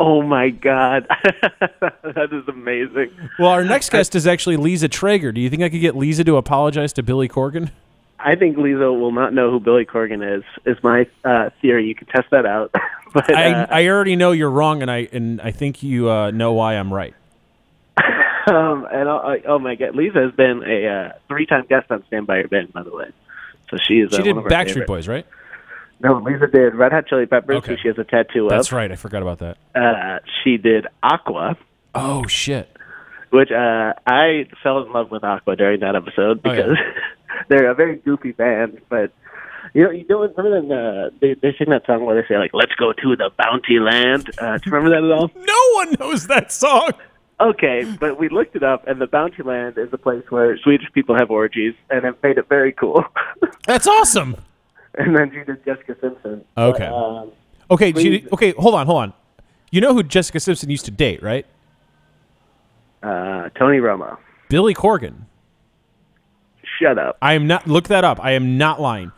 Oh my God, that is amazing. Well, our next guest is actually Lisa Traeger. Do you think I could get Lisa to apologize to Billy Corgan? I think Lisa will not know who Billy Corgan is. Is my uh, theory. You can test that out. but uh, I, I already know you're wrong, and I and I think you uh, know why I'm right. um, and I'll, I, oh my God, Lisa has been a uh, three-time guest on Stand By Your Band, by the way. So she is. She uh, did one of our Backstreet favorites. Boys, right? No, Lisa did Red Hot Chili Peppers, Okay. who she has a tattoo That's of. right. I forgot about that. Uh, she did Aqua, Oh shit! which uh, I fell in love with Aqua during that episode Oh, yeah. because they're a very goofy band, but. You know, you know, what- remember that uh, they they sing that song where they say like, "Let's go to the Bounty Land." Uh, do you remember that at all? No one knows that song. Okay, but we looked it up, and the Bounty Land is a place where Swedish people have orgies, and it made it very cool. That's awesome. and then she did Jessica Simpson. Okay. But, um, Okay. she- Please. okay. Hold on. Hold on. You know who Jessica Simpson used to date, right? Uh, Tony Romo. Billy Corgan. Shut up. I am not. Look that up. I am not lying.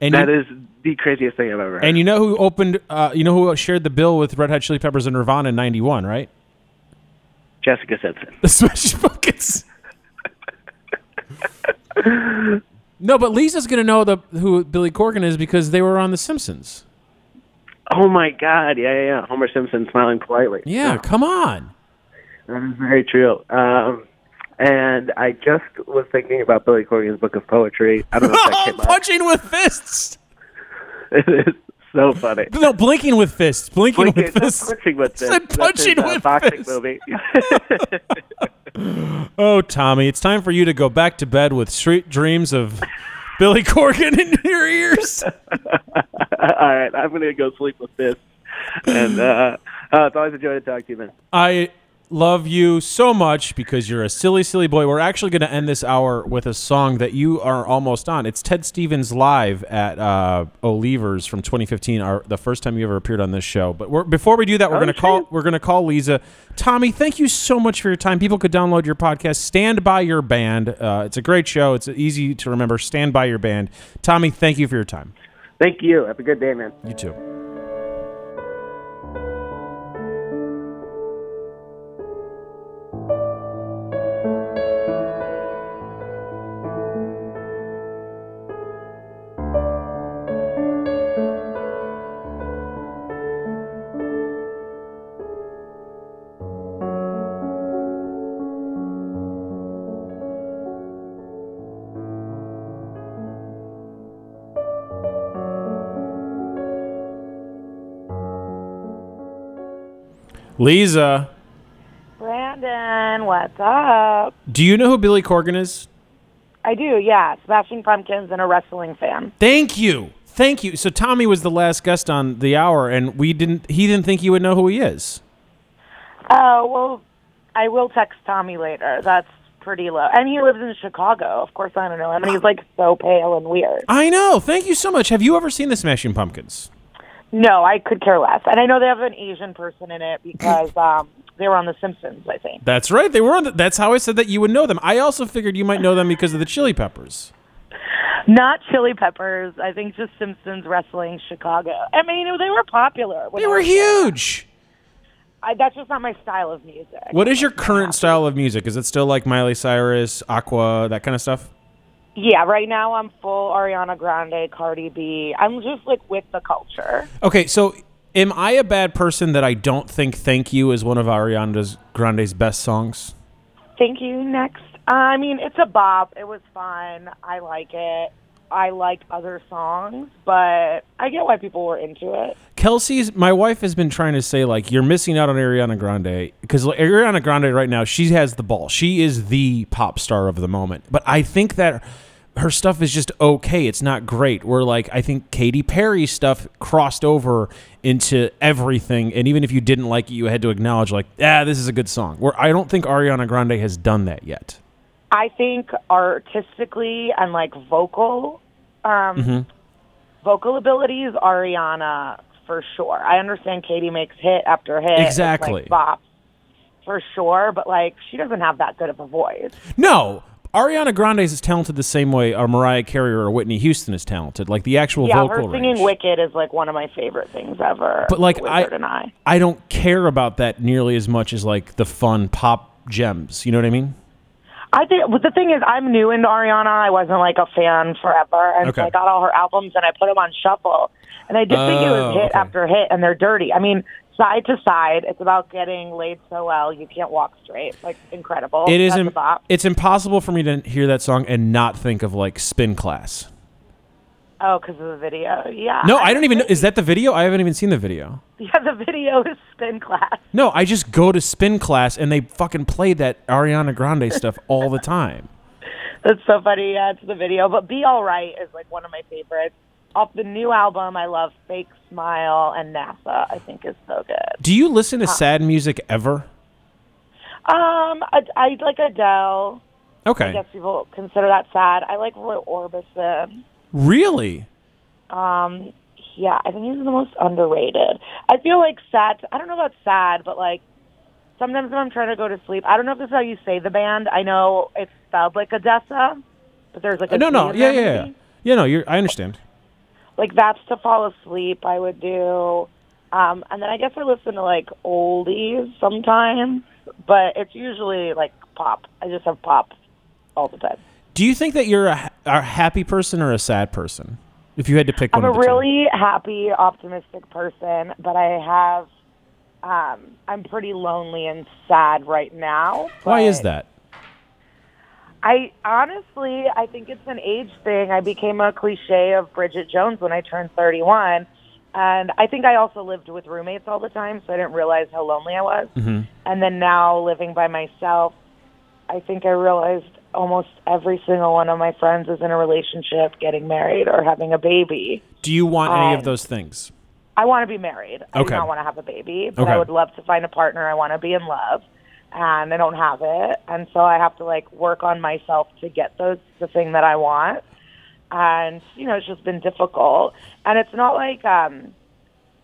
And That you, is the craziest thing I've ever heard. and you know who opened? Uh, you know who shared the bill with Red Hot Chili Peppers and Nirvana in '91, right? Jessica Simpson. The Smash Pumpkins. no, but Lisa's gonna know the who Billy Corgan is because they were on The Simpsons. Oh my God! Yeah, yeah, yeah. Homer Simpson smiling politely. Yeah, come on. That is very true. Um, and I just was thinking about Billy Corgan's book of poetry. I don't know if that came up. Punching with fists. It is so funny. No, blinking with fists. Blinking Blink with it, not fists. punching with this. said punching That's his, uh, with boxing fists. movie. Oh, Tommy, it's time for you to go back to bed with sweet dreams of Billy Corgan in your ears. All right, I'm gonna go sleep with this. And uh, uh, it's always a joy to talk to you, man. I love you so much because you're a silly, silly boy. We're actually going to end this hour with a song that you are almost on. It's Ted Stevens live at uh, Oliver's from 2015, our, the first time you ever appeared on this show. But we're, before we do that, we're Oh, going to call shit. we're going to call Lisa. Tommy, thank you so much for your time. People could download your podcast. Stand by your band. Uh, it's a great show. It's easy to remember. Stand by your band. Tommy, thank you for your time. Thank you. Have a good day, man. You too. Lisa, Brandon, what's up? do you know who Billy Corgan is? I do, yeah. Smashing Pumpkins and a wrestling fan. Thank you. Thank you. So Tommy was the last guest on the hour and we didn't he didn't think you would know who he is. Oh, well, I will text Tommy later. That's pretty low. And he lives in Chicago. Of course, I don't know him. And he's like so pale and weird. I know. Thank you so much. Have you ever seen the Smashing Pumpkins? No, I could care less. And I know they have an Asian person in it because um, they were on The Simpsons, I think. That's right. They were on the, that's how I said that you would know them. I also figured you might know them because of the Chili Peppers. Not Chili Peppers. I think just Simpsons Wrestling Chicago. I mean, they were popular. when They I were was young. huge. I, that's just not my style of music. What is your current style of music? Is it still like Miley Cyrus, Aqua, that kind of stuff? Yeah, right now I'm full Ariana Grande, Cardi B. I'm just like with the culture. Okay, so am I a bad person that I don't think Thank You is one of Ariana Grande's best songs? Thank you. Next. I mean, it's a bop. It was fun. I like it. I like other songs, but I get why people were into it. Kelsey's my wife has been trying to say like you're missing out on Ariana Grande because like, Ariana Grande right now she has the ball. She is the pop star of the moment. But I think that her stuff is just okay. It's not great. Where like I think Katy Perry's stuff crossed over into everything, and even if you didn't like it, you had to acknowledge like ah this is a good song. Where I don't think Ariana Grande has done that yet. I think artistically and like vocal, um, vocal abilities, Ariana for sure. I understand Katie makes hit after hit, It's, like, Exactly. bop for sure, but like she doesn't have that good of a voice. No. Ariana Grande is talented the same way a Mariah Carey or a Whitney Houston is talented, like the actual Yeah, vocal her singing range. "Wicked" is like one of my favorite things ever. But, like, The I- Wizard and I, I don't care about that nearly as much as like the fun pop gems. You know what I mean? I think but the thing is, I'm new into Ariana. I wasn't like a fan forever, and Okay. so I got all her albums and I put them on shuffle. And I just think it Oh, was hit okay. after hit, and they're dirty. I mean, side to side, it's about getting laid so well you can't walk straight. Like incredible. It is. Oh, That's im- a bop. it's impossible for me to hear that song and not think of like Spin Class. Oh, because of the video. Yeah. No, I don't even. know. Is that the video? I haven't even seen the video. Yeah, the video is spin class. No, I just go to Spin Class and they fucking play that Ariana Grande stuff all the time. That's so funny. Yeah, it's the video. But Be All Right is like one of my favorites. Off the new album, I love Fake Smile and NASA, I think is so good. Do you listen to sad music ever? Um, I, I like Adele. I Okay, guess people consider that sad. I like Roy Orbison. really? Um, yeah, I think he's the most underrated. I feel like sad. I don't know about sad, but like sometimes when I'm trying to go to sleep, I don't know if this is how you say the band. I know it's spelled like Odessa, but there's like a no, no, D in yeah, there yeah, yeah. maybe. Yeah, no, you're. I understand. Like that's to fall asleep. I would do, um, and then I guess I listen to like oldies sometimes, but it's usually like pop. I just have pop all the time. Do you think that you're a, ha- a happy person or a sad person? If you had to pick I'm one, a of the two. really happy, optimistic person, but I have um, I'm pretty lonely and sad right now. Why is but that? I honestly, I think it's an age thing. I became a cliche of Bridget Jones when I turned 31, and I think I also lived with roommates all the time, so I didn't realize how lonely I was. And then now living by myself, I think I realized almost every single one of my friends is in a relationship, getting married, or having a baby. Do you want any of Um, those things? I want to be married. I do Okay. not want to have a baby, but Okay. I would love to find a partner. I want to be in love, and I don't have it, and so I have to like work on myself to get those the thing that I want. And you know, it's just been difficult. And it's not like um,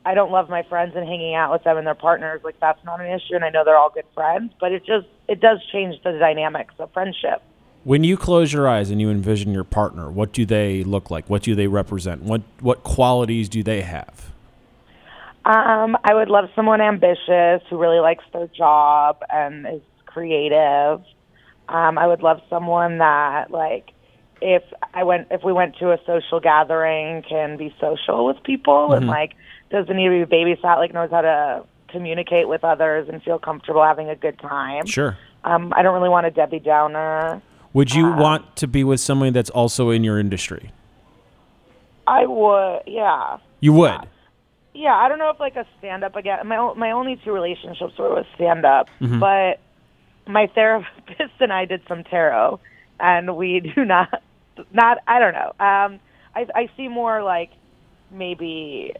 I don't love my friends and hanging out with them and their partners. Like that's not an issue, and I know they're all good friends. But it just it does change the dynamics of friendship. When you close your eyes and you envision your partner, what do they look like? What do they represent? What what qualities do they have? Um, I would love someone ambitious who really likes their job and is creative. Um, I would love someone that like if I went if we went to a social gathering can be social with people and like doesn't need to be babysat, like knows how to communicate with others and feel comfortable having a good time. Sure. Um, I don't really want a Debbie Downer. Would you Um, want to be with somebody that's also in your industry? I would yeah. You would. yeah, I don't know if like a stand up again. My o- my only two relationships were with stand up, Mm-hmm. but my therapist and I did some tarot, and we do not not I don't know. Um, I I see more like maybe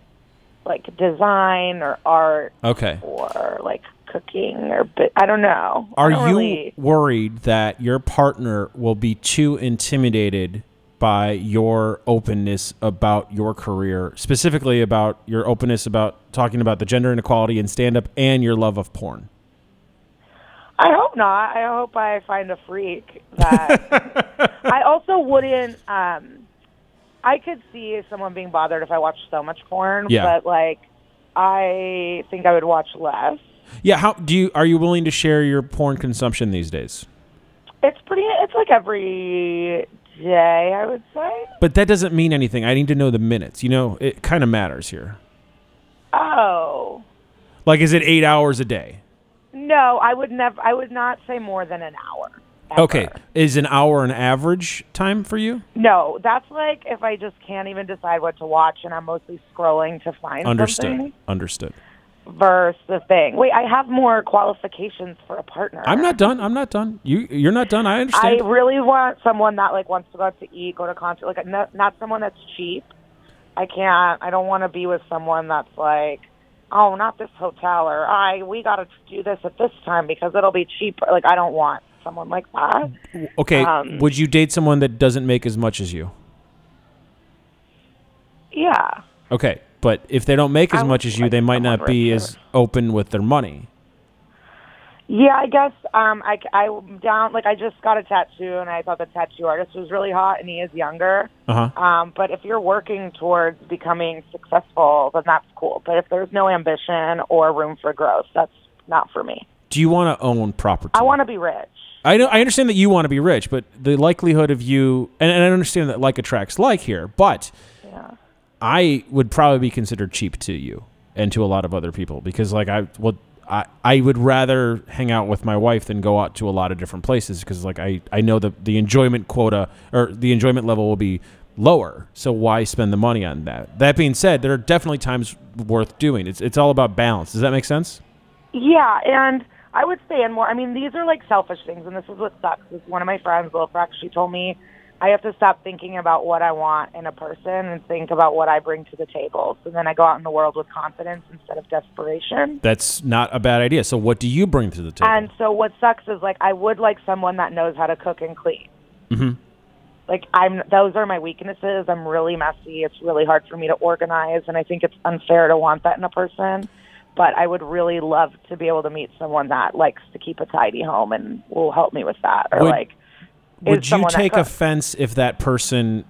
like design or art Okay. or like cooking or but I don't know. I Are don't you really- worried that your partner will be too intimidated by your openness about your career, specifically about your openness about talking about the gender inequality in stand up and your love of porn? I hope not. I hope I find a freak that. I also wouldn't. Um, I could see someone being bothered if I watched so much porn, Yeah. but like, I think I would watch less. Yeah, how do you are you willing to share your porn consumption these days? It's pretty. It's like every day, I would say. But that doesn't mean anything. I need to know the minutes. You know, it kind of matters here. Oh Like is it 8 hours a day? no, I would never. I would not say more than an hour. ever. Okay. Is an hour an average time for you? No, that's like if I just can't even decide what to watch, and I'm mostly scrolling to find Understood. something. Understood. verse the thing. Wait, I have more qualifications for a partner. I'm not done. I'm not done. You you're not done. I I understand. really want someone that like wants to go out to eat, go to concert. Like not, not someone that's cheap. I can't. I don't want to be with someone that's like, oh, not this hotel or I. We got to do this at this time because it'll be cheaper. Like I don't want someone like that. okay. um, would you date someone that doesn't make as much as you? Yeah. Okay. But if they don't make as I would much as you, like they might someone not be richer. as open with their money. Yeah, I guess um, I, am down. Like, I just got a tattoo, and I thought the tattoo artist was really hot, and he is younger. Uh-huh. Um, but if you're working towards becoming successful, then that's cool. But if there's no ambition or room for growth, that's not for me. Do you want to own property? I want to be rich. I know I understand that you want to be rich, but the likelihood of you and, and I understand that like attracts like here, but I would probably be considered cheap to you and to a lot of other people because like I well I, I would rather hang out with my wife than go out to a lot of different places because like I, I know that the enjoyment quota or the enjoyment level will be lower. So why spend the money on that? That being said, there are definitely times worth doing. It's it's all about balance. Does that make sense? Yeah, and I would stay in more. I mean, these are like selfish things, and this is what sucks. Is one of my friends, Lil Freck, she told me I have to stop thinking about what I want in a person and think about what I bring to the table. So then I go out in the world with confidence instead of desperation. That's not a bad idea. So what do you bring to the table? Mm-hmm. And so what sucks is like I would like someone that knows how to cook and clean. like I'm those are my weaknesses. I'm really messy. It's really hard for me to organize and I think it's unfair to want that in a person. But I would really love to be able to meet someone that likes to keep a tidy home and will help me with that or Would- like is Would you someone that take cooks. offense if that person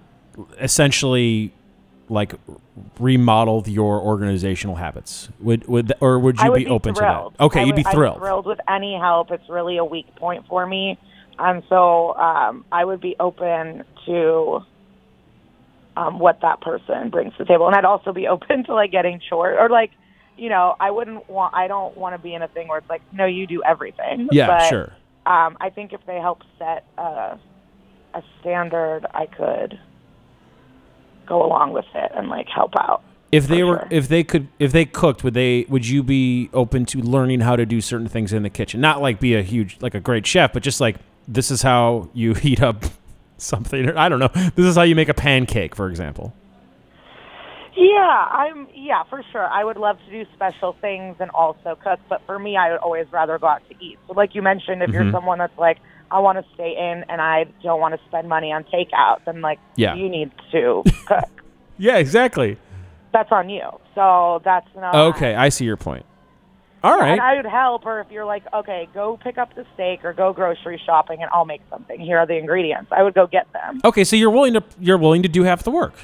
essentially like remodeled your organizational habits? Would would th- or would I you would be, open thrilled. to that? Okay, I you'd would- be thrilled. I'm thrilled with any help. It's really a weak point for me, and so um, I would be open to um, what that person brings to the table, and I'd also be open to like getting chores or like, you know, I wouldn't want. I don't want to be in a thing where it's like, no, you do everything. Yeah, But, sure. Um, I think if they help set a, a standard, I could go along with it and like help out. If they for were sure. if they could if they cooked, would they would you be open to learning how to do certain things in the kitchen? Not like be a huge like a great chef, but just like this is how you heat up something. or I don't know. This is how you make a pancake, for example. Yeah, I'm. Yeah, for sure. I would love to do special things and also cook, but for me, I would always rather go out to eat. So, like you mentioned, if Mm-hmm. you're someone that's like, I want to stay in and I don't want to spend money on takeout, then like, Yeah. you need to cook. Yeah, exactly. That's on you. So that's not Okay, I see your point. All right. Ah. And I would help, or if you're like, okay, go pick up the steak or go grocery shopping, and I'll make something. Here are the ingredients. I would go get them. Okay, so you're willing to you're willing to do half the work.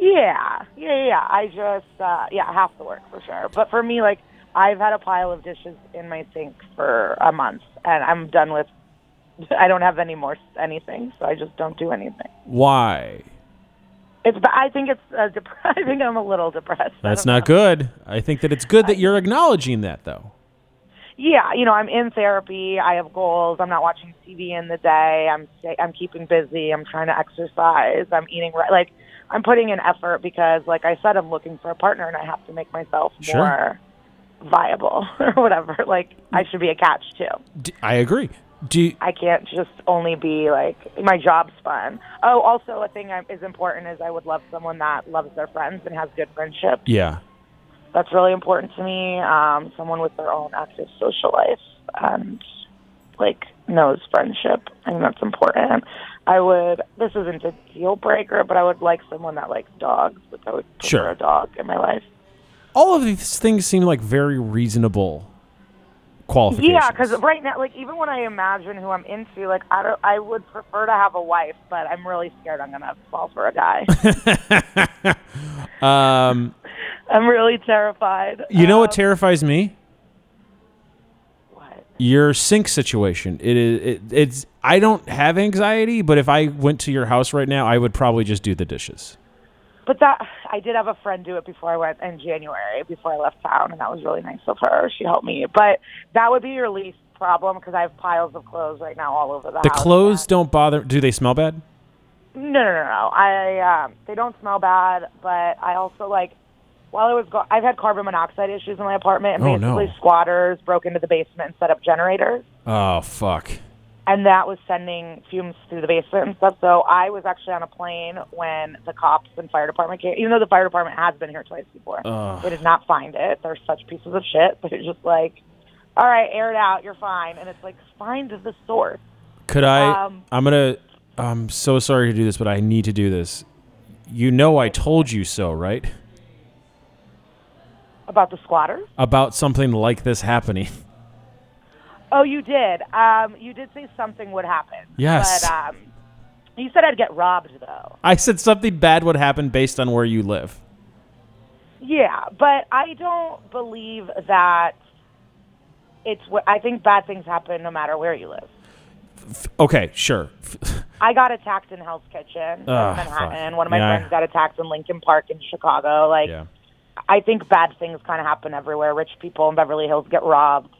Yeah, yeah, yeah, yeah. I just, uh, yeah, half the work for sure. But for me, like, I've had a pile of dishes in my sink for a month, and I'm done with. I don't have any more s- anything, so I just don't do anything. Why? It's. but I think it's. Uh, dep- I think I'm a little depressed. I That's don't not good. I think that it's good that you're acknowledging that though. yeah, you know, I'm in therapy. I have goals. I'm not watching TV in the day. I'm stay, I'm keeping busy. I'm trying to exercise. I'm eating right. Like I'm putting in effort because, like I said, I'm looking for a partner and I have to make myself Sure. more viable or whatever. Like I should be a catch too. D- I agree. Do you- I can't just only be like my job's fun. Oh, also a thing I, is important is I would love someone that loves their friends and has good friendships. yeah. That's really important to me. Um, someone with their own active social life and like knows friendship. I think that's important. I would. This isn't a deal breaker, but I would like someone that likes dogs. But I would prefer Sure. a dog in my life. All of these things seem like very reasonable qualifications. Yeah, because right now, like even when I imagine who I'm into, like I don't, I would prefer to have a wife, but I'm really scared I'm gonna fall for a guy. um, I'm really terrified. you know what Um, terrifies me? what? Your sink situation. It is. It, it's. I don't have anxiety, but if I went to your house right now, I would probably just do the dishes. But that I did have a friend do it before I went in January, before I left town, and that was really nice of her. She helped me, but that would be your least problem because I have piles of clothes right now all over the, The house. clothes don't bother. Do they smell bad? No, no, no, no. I um, they don't smell bad, but I also like while I was go- I've had carbon monoxide issues in my apartment, and Oh, no. basically squatters broke into the basement and set up generators, Oh fuck. and that was sending fumes through the basement and stuff. So I was actually on a plane when the cops and fire department came, even though the fire department has been here twice before. They did not find it. They're such pieces of shit. They're just like, all right, air it out. You're fine, and it's like find the source. Could I? Um, I'm gonna. I'm so sorry to do this, but I need to do this. You know, I told you so, right? About the squatters. About something like this happening. Oh, you did. Um, you did say something would happen. Yes. But um, you said I'd get robbed, though. I said something bad would happen based on where you live. Yeah, but I don't believe that it's what I think bad things happen no matter where you live. Okay, sure. I got attacked in Hell's Kitchen Ugh, in Manhattan. Ah, fuck. One of my Yeah. friends got attacked in Lincoln Park in Chicago. Like, yeah. I think bad things kind of happen everywhere. Rich people in Beverly Hills get robbed.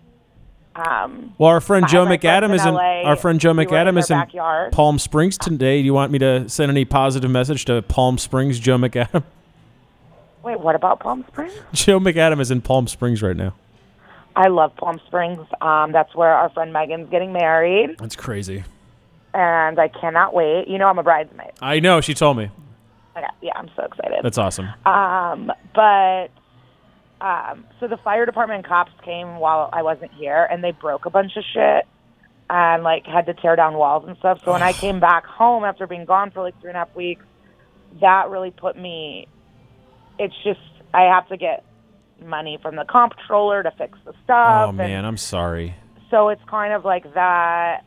Um, Well, our friend I Joe have my friends McAdam in is in LA. our friend Joe We were in McAdam their is in backyard. Palm Springs today. Do you want me to send any positive message to Palm Springs Joe McAdam? wait, what about Palm Springs? Joe McAdam is in Palm Springs right now. I love Palm Springs. Um, that's where our friend Megan's getting married. That's crazy. and I cannot wait. You know, I'm a bridesmaid. I know. She told me. I got- Yeah, I'm so excited. That's awesome. um, but um, so the fire department cops came while I wasn't here, and they broke a bunch of shit. and like had to tear down walls and stuff. So when I came back home after being gone for like three and a half weeks, that really put me. It's just I have to get money from the comptroller to fix the stuff. Oh and man, I'm sorry. so it's kind of like that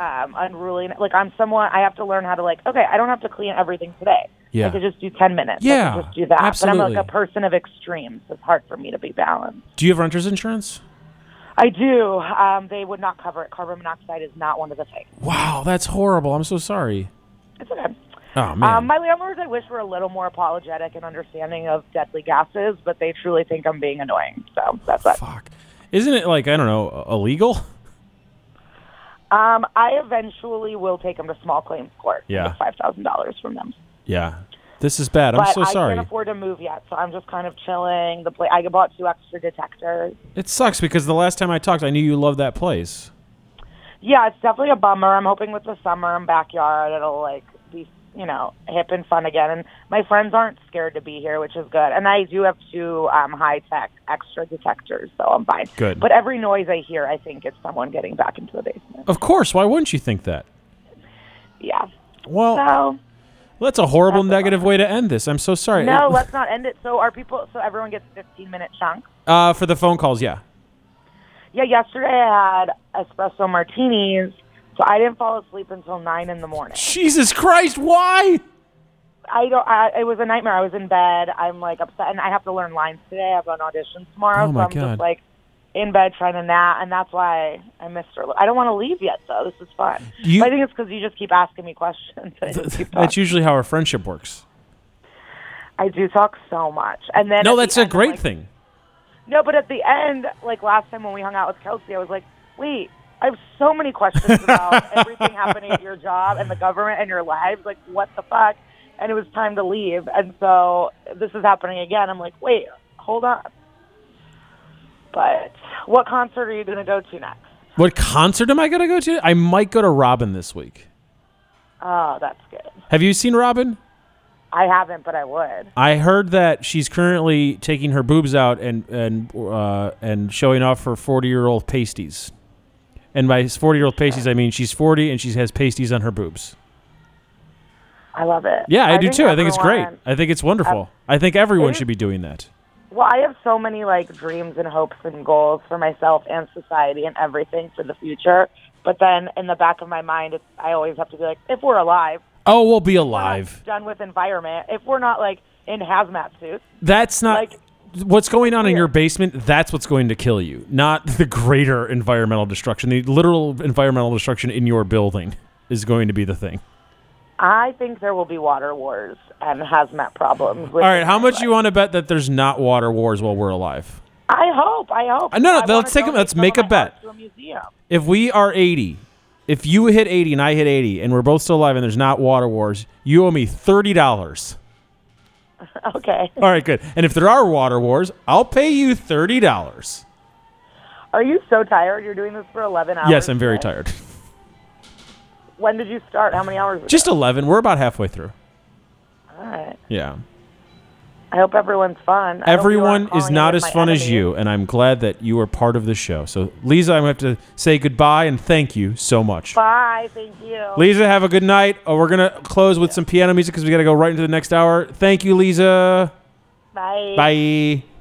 um, unruly. Like I'm someone I have to learn how to like. Okay, I don't have to clean everything today. Yeah. I could just do ten minutes. I Yeah, could just do that. But I'm absolutely. like a person of extremes. It's hard for me to be balanced. Do you have renter's insurance? I do. Um, they would not cover it. Carbon monoxide is not one of the things. Wow, that's horrible. I'm so sorry. It's okay. Oh man. Um, my landlords, I wish, were a little more apologetic and understanding of deadly gases, but they truly think I'm being annoying. So that's that. Fuck. Isn't it like I don't know illegal? Um, I eventually will take them to small claims court. Yeah. five thousand dollars from them. Yeah. This is bad. I'm but so I sorry. can't afford to move yet, so I'm just kind of chilling. The pla- I bought two extra detectors. It sucks because the last time I talked, I knew you loved that place. Yeah, it's definitely a bummer. I'm hoping with the summer and backyard, it'll like be you know hip and fun again. And my friends aren't scared to be here, which is good. And I do have two um, high tech extra detectors, so I'm fine. Good. But every noise I hear, I think it's someone getting back into the basement. Of course. Why wouldn't you think that? Yeah. Well, So that's a horrible that's a negative way to end this. I'm so sorry. Uh, no, let's not end it. So are people? So everyone gets 15 minute chunks. Uh, for the phone calls, yeah. Yeah, yesterday I had espresso martinis, so I didn't fall asleep until nine in the morning. Jesus Christ, why? I don't. I, it was a nightmare. I was in bed. I'm like upset, and I have to learn lines today. I have an audition tomorrow, Oh, so my I'm God. just like in bed trying to nap, and that's why I missed her. I don't want to leave yet, though. This is fun. You- But I think it's because you just keep asking me questions. I, just keep That's talking. usually how our friendship works. I do talk so much, and then No, at the that's end, a I'm great like- thing. No, but at the end, like last time when we hung out with Kelsey, I was like, wait. I have so many questions about everything happening at your job and the government and your lives. Like, what the fuck? And it was time to leave. And so this is happening again. I'm like, wait, hold on. But what concert are you going to go to next? What concert am I going to go to? I might go to Robin this week. Oh, that's good. Have you seen Robin? I haven't, but I would. I heard that she's currently taking her boobs out and and uh, and showing off her forty year old pasties. And by forty year old pasties, I mean she's forty and she has pasties on her boobs. I love it. Yeah, I, do think too. I think it's great. everyone- I think it's wonderful. I think everyone it is- should be doing that. Well, I have so many like dreams and hopes and goals for myself and society and everything for the future. But then in the back of my mind, it's, I always have to be like, if we're alive, Oh, we'll be we're not alive. done with environment, if we're not like in hazmat suits, That's not Like- what's going on in Yeah. your basement. That's what's going to kill you, not the greater environmental destruction. The literal environmental destruction in your building is going to be the thing. I think there will be water wars and hazmat problems. All right, how much you want to bet that there's not water wars while we're alive? I hope. I hope. Uh, no, no, I let's wanna take a- donate let's some make of a my house bet. to a museum. If we are 80, if you hit 80 and I hit 80 and we're both still alive and there's not water wars, you owe me $30. Okay. All right, good. And if there are water wars, I'll pay you $30. Are you so tired? You're doing this for 11 hours. Yes, I'm very today? tired. When did you start? How many hours? Ago? Just 11. We're about halfway through. All right. Yeah. I hope everyone's fun. I hope you aren't Everyone is calling not in as my fun as enemy. you, and I'm glad that you are part of the show. So, Lisa, I'm going to have to say goodbye and thank you so much. Bye. Thank you. Lisa, have a good night. Oh, we're going to close with some piano music because we got to go right into the next hour. Thank you, Lisa. Bye. Bye.